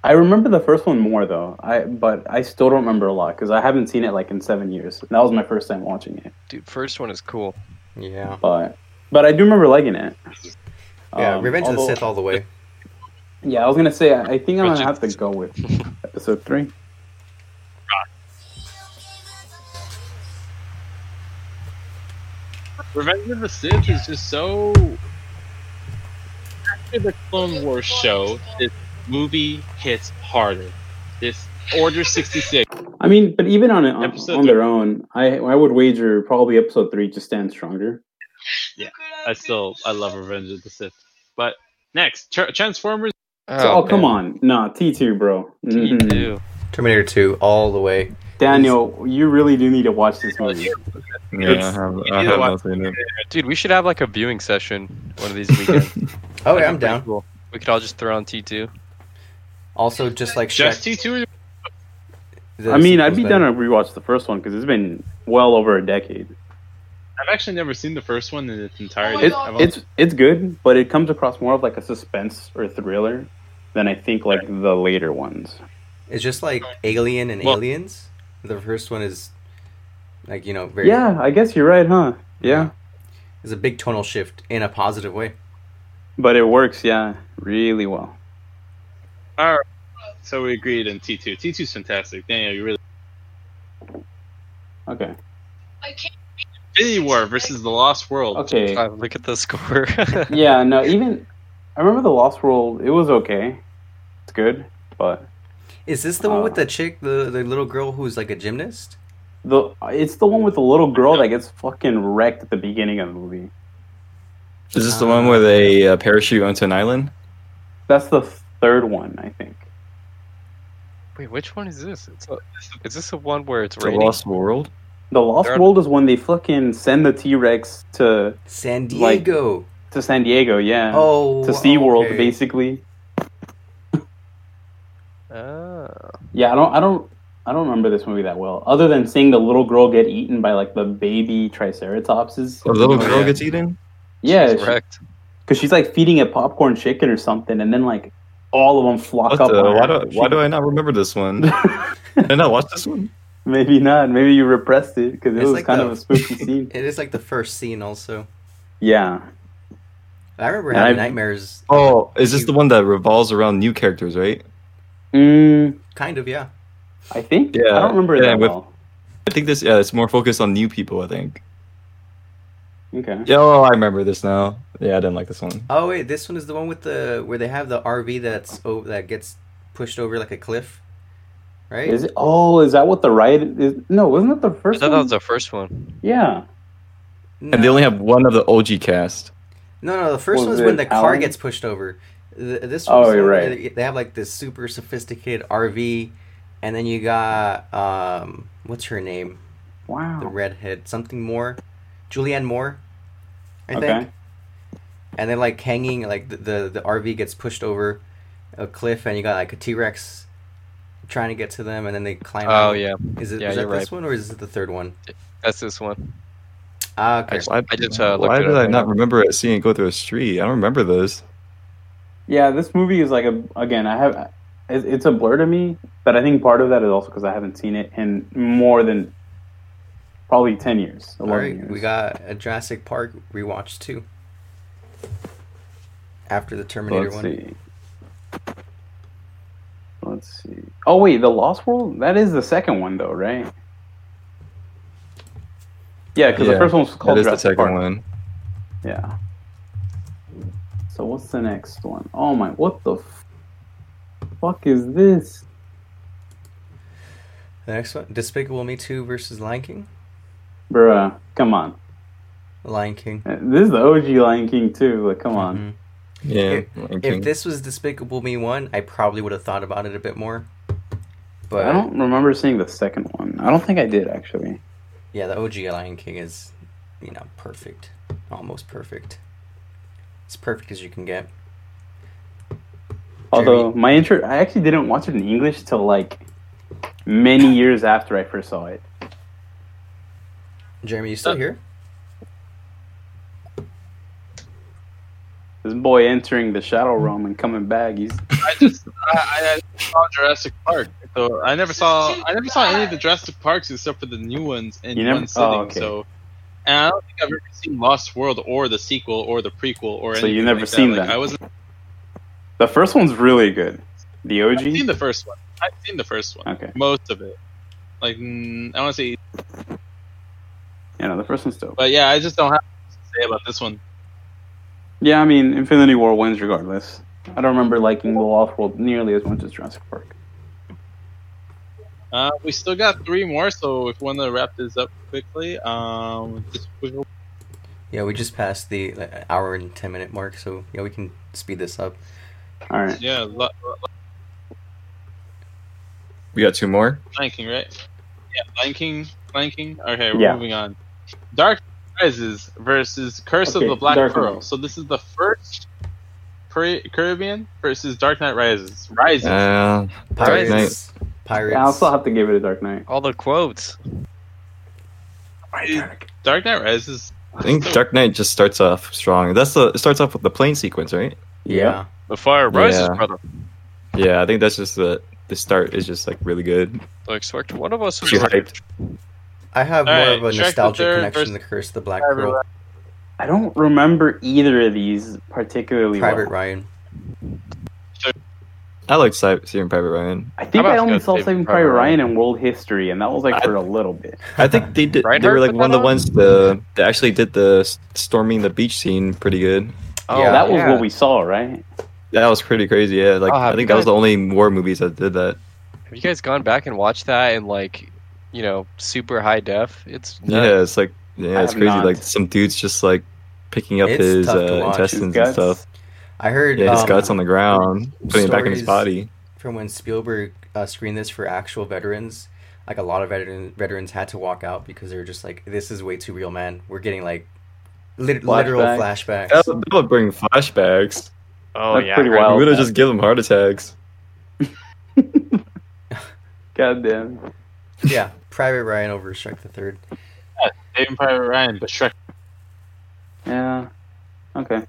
C: I remember the first one more though. I but I still don't remember a lot because I haven't seen it like in seven years. That was my first time watching it,
A: Dude, first one is cool.
D: Yeah,
C: but but I do remember liking it.
D: yeah.
C: Um,
D: Revenge of
C: although-
D: the Sith all the way.
C: Yeah, I was gonna say I, I think I'm
B: Revenge
C: gonna
B: of
C: have
B: the
C: to go with episode three.
B: Revenge of the Sith is just so. After the Clone Wars show, this movie hits harder. This Order 66.
C: I mean, but even on on,
B: Episode
C: on their own, I I would wager probably episode three just stands stronger.
B: Yeah, I still I love Revenge of the Sith. But next, Tr- Transformers.
C: So, oh, come
A: man.
C: on, nah, T two, bro.
A: Me
C: Mhm.
A: too.
D: Terminator Two all the way.
C: Daniel, you really do need to watch this movie.
E: Yeah, I have, I have not seen it.
A: Dude, we should have like a viewing session one of these weekends.
D: Oh
A: That'd
D: yeah,
A: be
D: I'm
A: pretty
D: down.
A: cool. We could all just throw on T two.
D: Also, just like
B: Just
D: Shrek,
B: T2
D: the
C: I
D: sequel's
C: mean, I'd be
D: better.
C: down to rewatch the first one because it's been well over a decade.
B: I've actually never seen the first one in its entirety.
C: It,
B: I've only-
C: it's it's good, but it comes across more of like a suspense or thriller than I think like the later ones.
D: It's just like Alien and
B: Well-
D: Aliens. The first one is like you know very
C: Yeah, I guess you're right, huh? Yeah,
D: It's a big tonal shift in a positive way.
C: but it works. Yeah, really well.
B: so we agreed on T2. T2's fantastic. Daniel, you really.
C: Okay,
F: I can't.
B: Infinity War versus the Lost World.
C: okay.
A: Uh, look at the score.
C: Yeah, no, even I remember the Lost World. It was okay. It's good, but
D: Is this the one with
C: Uh.
D: the chick, the, the little girl who's like a gymnast?
C: the it's the one with the little girl that gets fucking wrecked at the beginning of the movie.
E: Is this the one where they uh, parachute onto an island?
C: That's the third one, I think.
A: Wait, which one is this? It's a, is this the one where it's
E: The
A: raining?
E: Lost World?
C: The Lost
A: They're-
C: World is when they fucking send the T Rex to
D: San
C: Like-
D: Diego.
C: to San Diego, yeah,
D: oh,
C: to SeaWorld,
D: okay.
C: basically.
A: Oh.
C: Yeah, I don't, I don't, I don't remember this movie that well, other than seeing the little girl get eaten by like the baby Triceratopses.
E: A little
D: Oh,
E: girl
D: yeah.
E: gets eaten?
C: Yeah,
A: It's wrecked.
C: because she's like feeding it popcorn chicken or something, and then like all of them flock
E: What
C: up.
E: the?
C: on her.
E: Why do, why do I not remember this one? Did I not watch this one?
C: Maybe not. Maybe you repressed it because it
D: It's
C: was
D: like
C: kind
D: the-
C: of a spooky scene.
D: It is like the first scene, also.
C: Yeah,
D: I remember
C: And
D: having
C: I've-
D: nightmares.
E: Oh, is this the one that revolves around new characters, right?
C: mm,
D: Kind of, yeah.
C: I think.
E: Yeah,
C: I don't remember
E: yeah,
C: that
E: with-
C: well.
E: I think this, yeah, it's more focused on new people, I think.
C: Okay.
E: Yeah, oh, I remember this now. Yeah, I didn't like this one.
D: Oh wait, this one is the one with the where they have the RV that's over that gets pushed over like a cliff, right?
C: Is it? Oh, is that what the riot is? No, wasn't it the
A: I
C: first
A: thought that
C: one?
A: was the first one.
C: Yeah.
D: no.
E: And they only have one of the OG cast.
D: no, no. The first
C: Was
D: one is when
C: it
D: the car
C: Alan?
D: gets pushed over. The, this
C: Oh,
D: one's the
C: you're
D: one where
C: right.
D: They, they have like this super sophisticated RV, and then you got um, what's her name? the
C: Wow.
D: redhead, something more, Julianne Moore, I
C: Okay.
D: think. And they're like hanging, like the, the the RV gets pushed over a cliff, and you got like a T Rex trying to get to them, and then they climb.
A: Oh
D: out.
A: yeah,
D: Is it
A: Yeah,
D: is that
A: you're
D: this one or is it the third one?
A: that's this one.
D: Ah, okay.
A: I, just, I just uh, looked
E: Why
A: it
E: did
A: up.
E: I not remember it seeing it go through a street? I don't remember this.
C: Yeah, this movie is like a again. I have it- it's a blur to me, but I think part of that is also because I haven't seen it in more than probably ten years.
D: All
C: 11
D: right,
C: years.
D: we got a Jurassic Park rewatch too. After the Terminator
C: Let's
D: one,
C: see. Let's see. Oh wait, the Lost World. That is the second one though, right? Yeah, because
E: Yeah,
C: the first one was
E: That
C: called
E: is the
C: Jurassic
E: second
C: Park.
E: one.
C: Yeah. So what's the next one? Oh my, what the f- fuck is this?
D: the next one, Despicable Me Two versus Lion King.
C: Bruh, come on.
D: Lion King.
C: Uh, This is the OG Lion King too. Like, come
B: Mm-hmm.
C: on.
D: Mhm.
E: Yeah.
D: If this was Despicable Me One, I probably would have thought about it a bit more. But
C: I don't remember seeing the second one. I don't think I did actually.
D: yeah, the OG Lion King is, you know, perfect, almost perfect. It's perfect as you can get.
C: Although my intro, I actually didn't watch it in English till like many years after I first saw it.
D: Jeremy, you still
B: Uh,
D: here?
C: This boy entering the shadow realm and coming back. He's
B: I just I, I saw Jurassic Park, so I never saw I never saw any of the Jurassic Parks except for the new ones in
C: You never-
B: one sitting.
C: oh, okay.
B: So, and I don't think I've ever seen Lost World or the sequel or the prequel or.
C: So you
B: anything
C: never
B: like
C: seen
B: that. Like,
C: them?
B: I wasn't.
C: the first one's really good. The
B: I've seen
C: OG.
B: the first one. I've seen the first one.
C: Okay,
B: Most of it. Like mm, I want to say,
C: you know the first one's dope.
B: but yeah, I just don't have much to say about this one.
C: Yeah, I mean Infinity War wins regardless. I don't remember liking The Lost World nearly as much as Jurassic Park.
B: Uh, we still got three more, so if we want to wrap this up quickly, um, just, we
D: Yeah, we just passed the like, hour and ten minute mark, so yeah, we can speed this up.
C: All right.
B: yeah, lo- lo-
E: we got two more.
B: Lion King, right? Yeah, Lion King. Lion King. Okay, we're
C: Yeah.
B: moving on. Dark Rises versus Curse
C: Okay,
B: of the Black
C: Dark
B: Pearl.
C: Knight.
B: So this is the first Cari- Caribbean versus Dark Knight Rises. Rises.
E: Uh, Dark Knight.
D: Pirates, pirates.
C: I'll still have to give it a Dark Knight.
A: All the quotes.
B: Dark Knight Rises.
E: I think Dark Knight just starts off strong. That's the it starts off with the plane sequence, right?
D: yeah,
A: The fire rises,
E: Yeah.
A: brother.
E: Yeah, I think that's just the the start is just like really good.
A: So expect one of us.
E: Too hyped.
D: I have
B: All
D: more
B: right,
D: of a
B: Shrek the
D: nostalgic
B: Third
D: connection
B: versus-
D: to Curse of the Black
B: Private
D: Pearl,
C: I don't remember either of these particularly
D: Private
C: well.
D: Ryan.
E: I like Cy- seeing Private Ryan.
C: I think
A: I'm
C: I
A: about to go
C: only saw
A: Saving
C: Saving
A: Private
C: Private Ryan in World History, and that was like for a little bit.
E: I think they did. they
A: Reinhardt
E: were like
A: put
E: one
A: that
E: of the
A: on?
E: ones the that actually did the s- storming the beach scene pretty good.
A: Oh,
D: Yeah.
C: that was
A: yeah.
C: what we saw, right?
E: That was pretty crazy. Yeah, like
A: Oh,
E: I
A: have
E: think
A: you
E: that was
A: guys-
E: the only war movies that did that.
A: Have you guys gone back and watched that in like, you know, super high def? It's
E: Yeah,
A: nuts.
E: it's like yeah,
C: I
E: it's
C: have
E: crazy.
C: not.
E: Like some dudes just like picking up
D: It's
E: his
D: tough to
E: uh,
D: watch.
C: His
E: intestines and
C: guts.
E: stuff.
D: I heard
E: Yeah, his
D: um,
E: guts on the ground, putting it back in his
D: stories-
E: body.
D: from when Spielberg uh, screened this for actual veterans. Like a lot of veteran, veterans had to walk out because they were just like, "This is way too real, man. We're getting like lit- literal flashbacks."
E: That would, that would bring flashbacks.
A: Oh
C: That's
A: yeah.
C: pretty
A: I heard-
E: We
C: wild.
E: would have just give him heart attacks.
C: God damn.
D: yeah, Private Ryan over Shrek the Third.
B: Saving Private Ryan, but Shrek.
C: Yeah. Okay.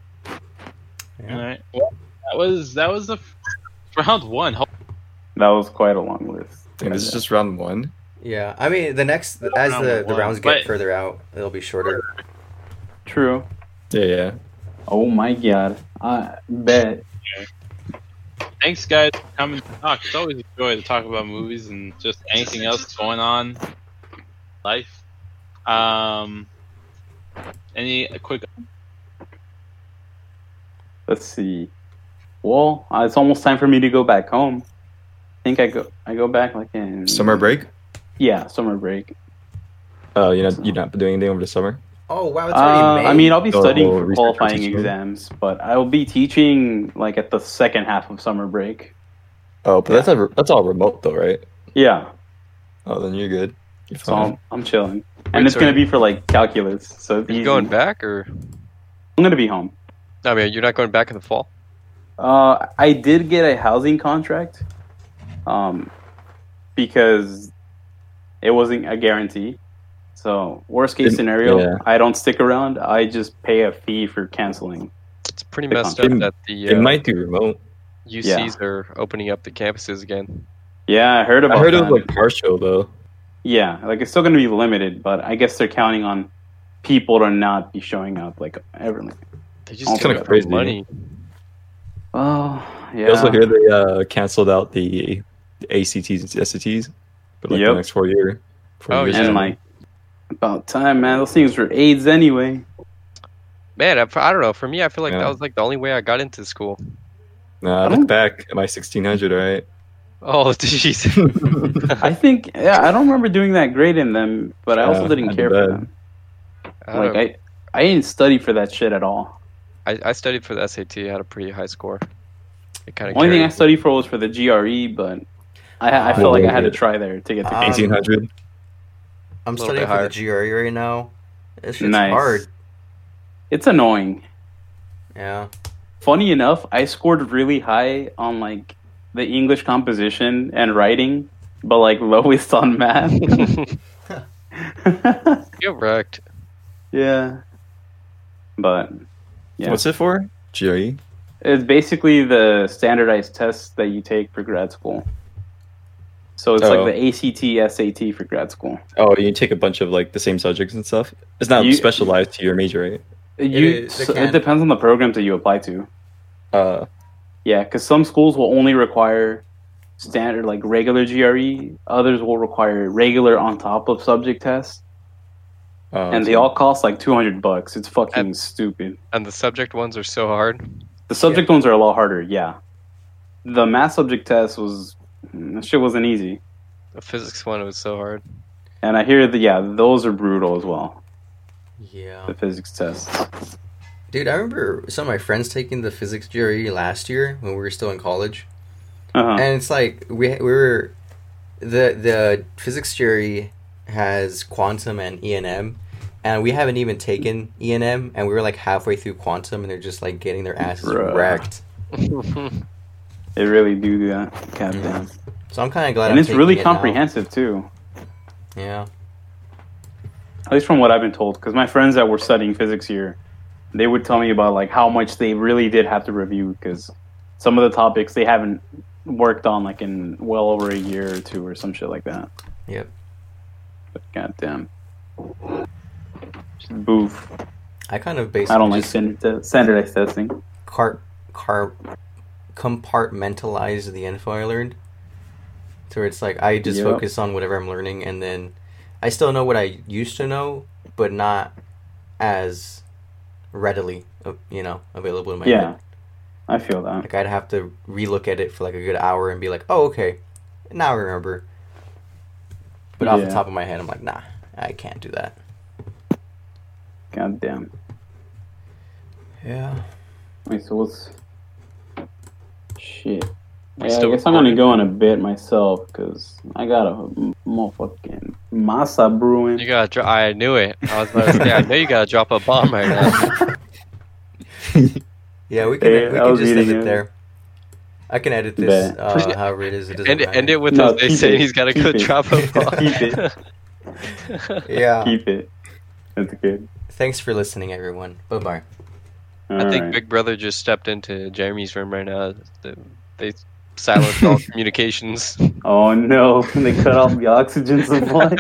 D: Yeah.
B: All right. Well, that was that was the f- round one. Ho-
C: That was quite a long list.
E: Damn, this is just round one.
D: Yeah, I mean the next as
B: round
D: the, the
B: one,
D: rounds get
B: but-
D: further out, it'll be shorter.
C: True.
E: Yeah, yeah.
C: Oh my god. I bet.
B: Thanks guys for coming to talk. It's always a joy to talk about movies and just anything else going on, in life. Um, any quick?
C: Let's see. Well, uh, it's almost time for me to go back home. I think I go I go back like in
E: Summer break?
C: Yeah, summer break.
E: Oh, you're not you're not doing anything over the summer?
D: Oh wow, it's already
C: Uh,
D: May.
C: I mean, I'll be
E: Oh,
C: studying
E: well,
C: for
E: research
C: qualifying
E: teacher.
C: exams, but I'll be teaching like at the second half of summer break.
E: Oh, but that's a, that's all remote though, right?
C: Yeah,
E: Oh, then you're good. You're
C: so
E: fine.
C: I'm, I'm chilling,
A: Wait,
C: and it's
A: so
C: gonna
A: are you-
C: be for like calculus. So it's
A: Are you
C: easy.
A: going back or?
C: I'm gonna be home.
A: I mean, you're not going back in the fall.
C: Uh, I did get a housing contract. Um, because it wasn't a guarantee. So worst case
E: Didn't-
C: scenario,
E: yeah.
C: I don't stick around. I just pay a fee for canceling.
A: It's pretty
C: They
A: messed up
E: can't.
A: that the
E: It
A: uh,
E: might do remote.
A: UCs are opening up the campuses again.
C: Yeah, I heard about.
E: I heard
C: that.
E: it was like partial though.
C: yeah, like it's still going to be limited, but I guess they're counting on people to not be showing up. Like every. Like,
A: They
C: Oh,
A: just
C: kinda
A: took out
E: crazy.
A: the money.
C: oh yeah.
E: I also hear they uh, canceled out the ACTs and SATs for like
C: Yep.
E: the next four year. Four
A: Oh,
E: years.
A: yeah.
C: and like about time, man. Those things were AIDS anyway.
A: Man, I, I don't know. For me, I feel like
E: Yeah.
A: that was like the only way I got into school.
E: Nah, I
C: don't-
E: look back at my 1600. All right.
A: Oh, jeez.
C: I think yeah, I don't remember doing that great in them, but I also
E: Yeah,
C: didn't
E: I
C: care for
E: bet.
C: them.
A: I don't
C: Like
A: know.
C: I, I didn't study for that shit at all.
A: I, I studied for the SAT. I had a pretty high score. It kind of
C: Only thing I studied for was for the GRE, but I, I
D: Oh,
C: felt like I had to
E: yeah.
C: try there to get
E: Ah.
C: the E.
D: Um,
E: 1800.
D: I'm
A: Little
D: studying
A: bit
D: for the GRE right now. This shit's
C: Nice.
D: hard.
C: It's annoying.
D: Yeah.
C: Funny enough, I scored really high on like the English composition and writing, but like lowest on math.
A: Get wrecked.
C: yeah, but Yeah.
E: What's it for? E? GRE.
C: It's basically the standardized tests that you take for grad school. So it's
E: Oh.
C: like the ACT, SAT for grad school.
E: Oh, you take a bunch of like the same subjects and stuff. It's not
C: You-
E: specialized to your major, right?
C: You,
D: is-
C: so
D: they can-
C: it depends on the programs that you apply to.
E: Uh,
C: Yeah, because some schools will only require standard, like regular GRE. Others will require regular on top of subject tests,
E: uh,
C: and they all cost like two hundred bucks. It's fucking
A: And-
C: stupid.
A: And the subject ones are so hard.
C: The subject ones are a lot harder. Yeah, the math subject test was hmm, that shit wasn't easy,
A: The physics one was so hard.
C: and I hear that yeah, those are brutal as well.
D: Yeah.
C: the physics test.
D: Dude, I remember some of my friends taking the physics GRE last year when we were still in college,
C: Uh-huh.
D: and it's like we we were the the physics GRE has quantum and ENM, and we haven't even taken ENM, and we were like halfway through quantum, and they're just like getting their asses
C: Bruh.
D: wrecked.
C: They really do do that. God
D: Yeah.
C: damn.
D: So I'm kind of glad. I'm
C: And it's really
D: taking it now.
C: comprehensive too,
D: Yeah.
C: at least from what I've been told. Because my friends that were studying physics here, they would tell me about like how much they really did have to review because some of the topics they haven't worked on like in well over a year or two or some shit like that.
D: Yep.
C: But goddamn. Boof.
D: I kind of
C: I
D: basically
C: don't like
D: just
C: standard te- standardized testing.
D: car, car, compartmentalize the info I learned. To where it's like I just
C: Yep.
D: focus on whatever I'm learning, and then I still know what I used to know, but not as readily, uh, you know, available in my
C: Yeah.
D: head.
C: I feel that.
D: Like I'd have to relook at it for like a good hour and be like, oh, okay, now I remember. But off the
C: Yeah.
D: top of my head, I'm like, nah, I can't do that.
C: Goddamn.
D: Yeah.
C: Wait, so what's shit?
A: We
C: yeah, I
A: still
C: guess I'm gonna
A: recording?
C: go in a bit myself because I got a m- motherfucking masa brewing.
A: You gotta. Dro- I knew it. I was about to say. I know you gotta drop a bomb right now.
D: Yeah, we can
C: Yeah,
D: we
C: I
D: can
C: was
D: just end
C: eating
D: it
C: it.
D: there. I can edit this
C: Bet.
D: uh, however it is. It doesn't
A: End,
D: matter.
A: end it with
C: No,
A: us. They
C: keep
A: saying
C: it.
A: he's gotta go
C: Keep it.
A: drop a bomb.
C: Keep it.
D: yeah.
C: Keep it. That's good.
D: Thanks for listening, everyone. Bye bye.
A: I think
C: Alright.
A: Big Brother just stepped into Jeremy's room right now. They, they silenced all communications.
C: Oh no! They cut off the oxygen supply.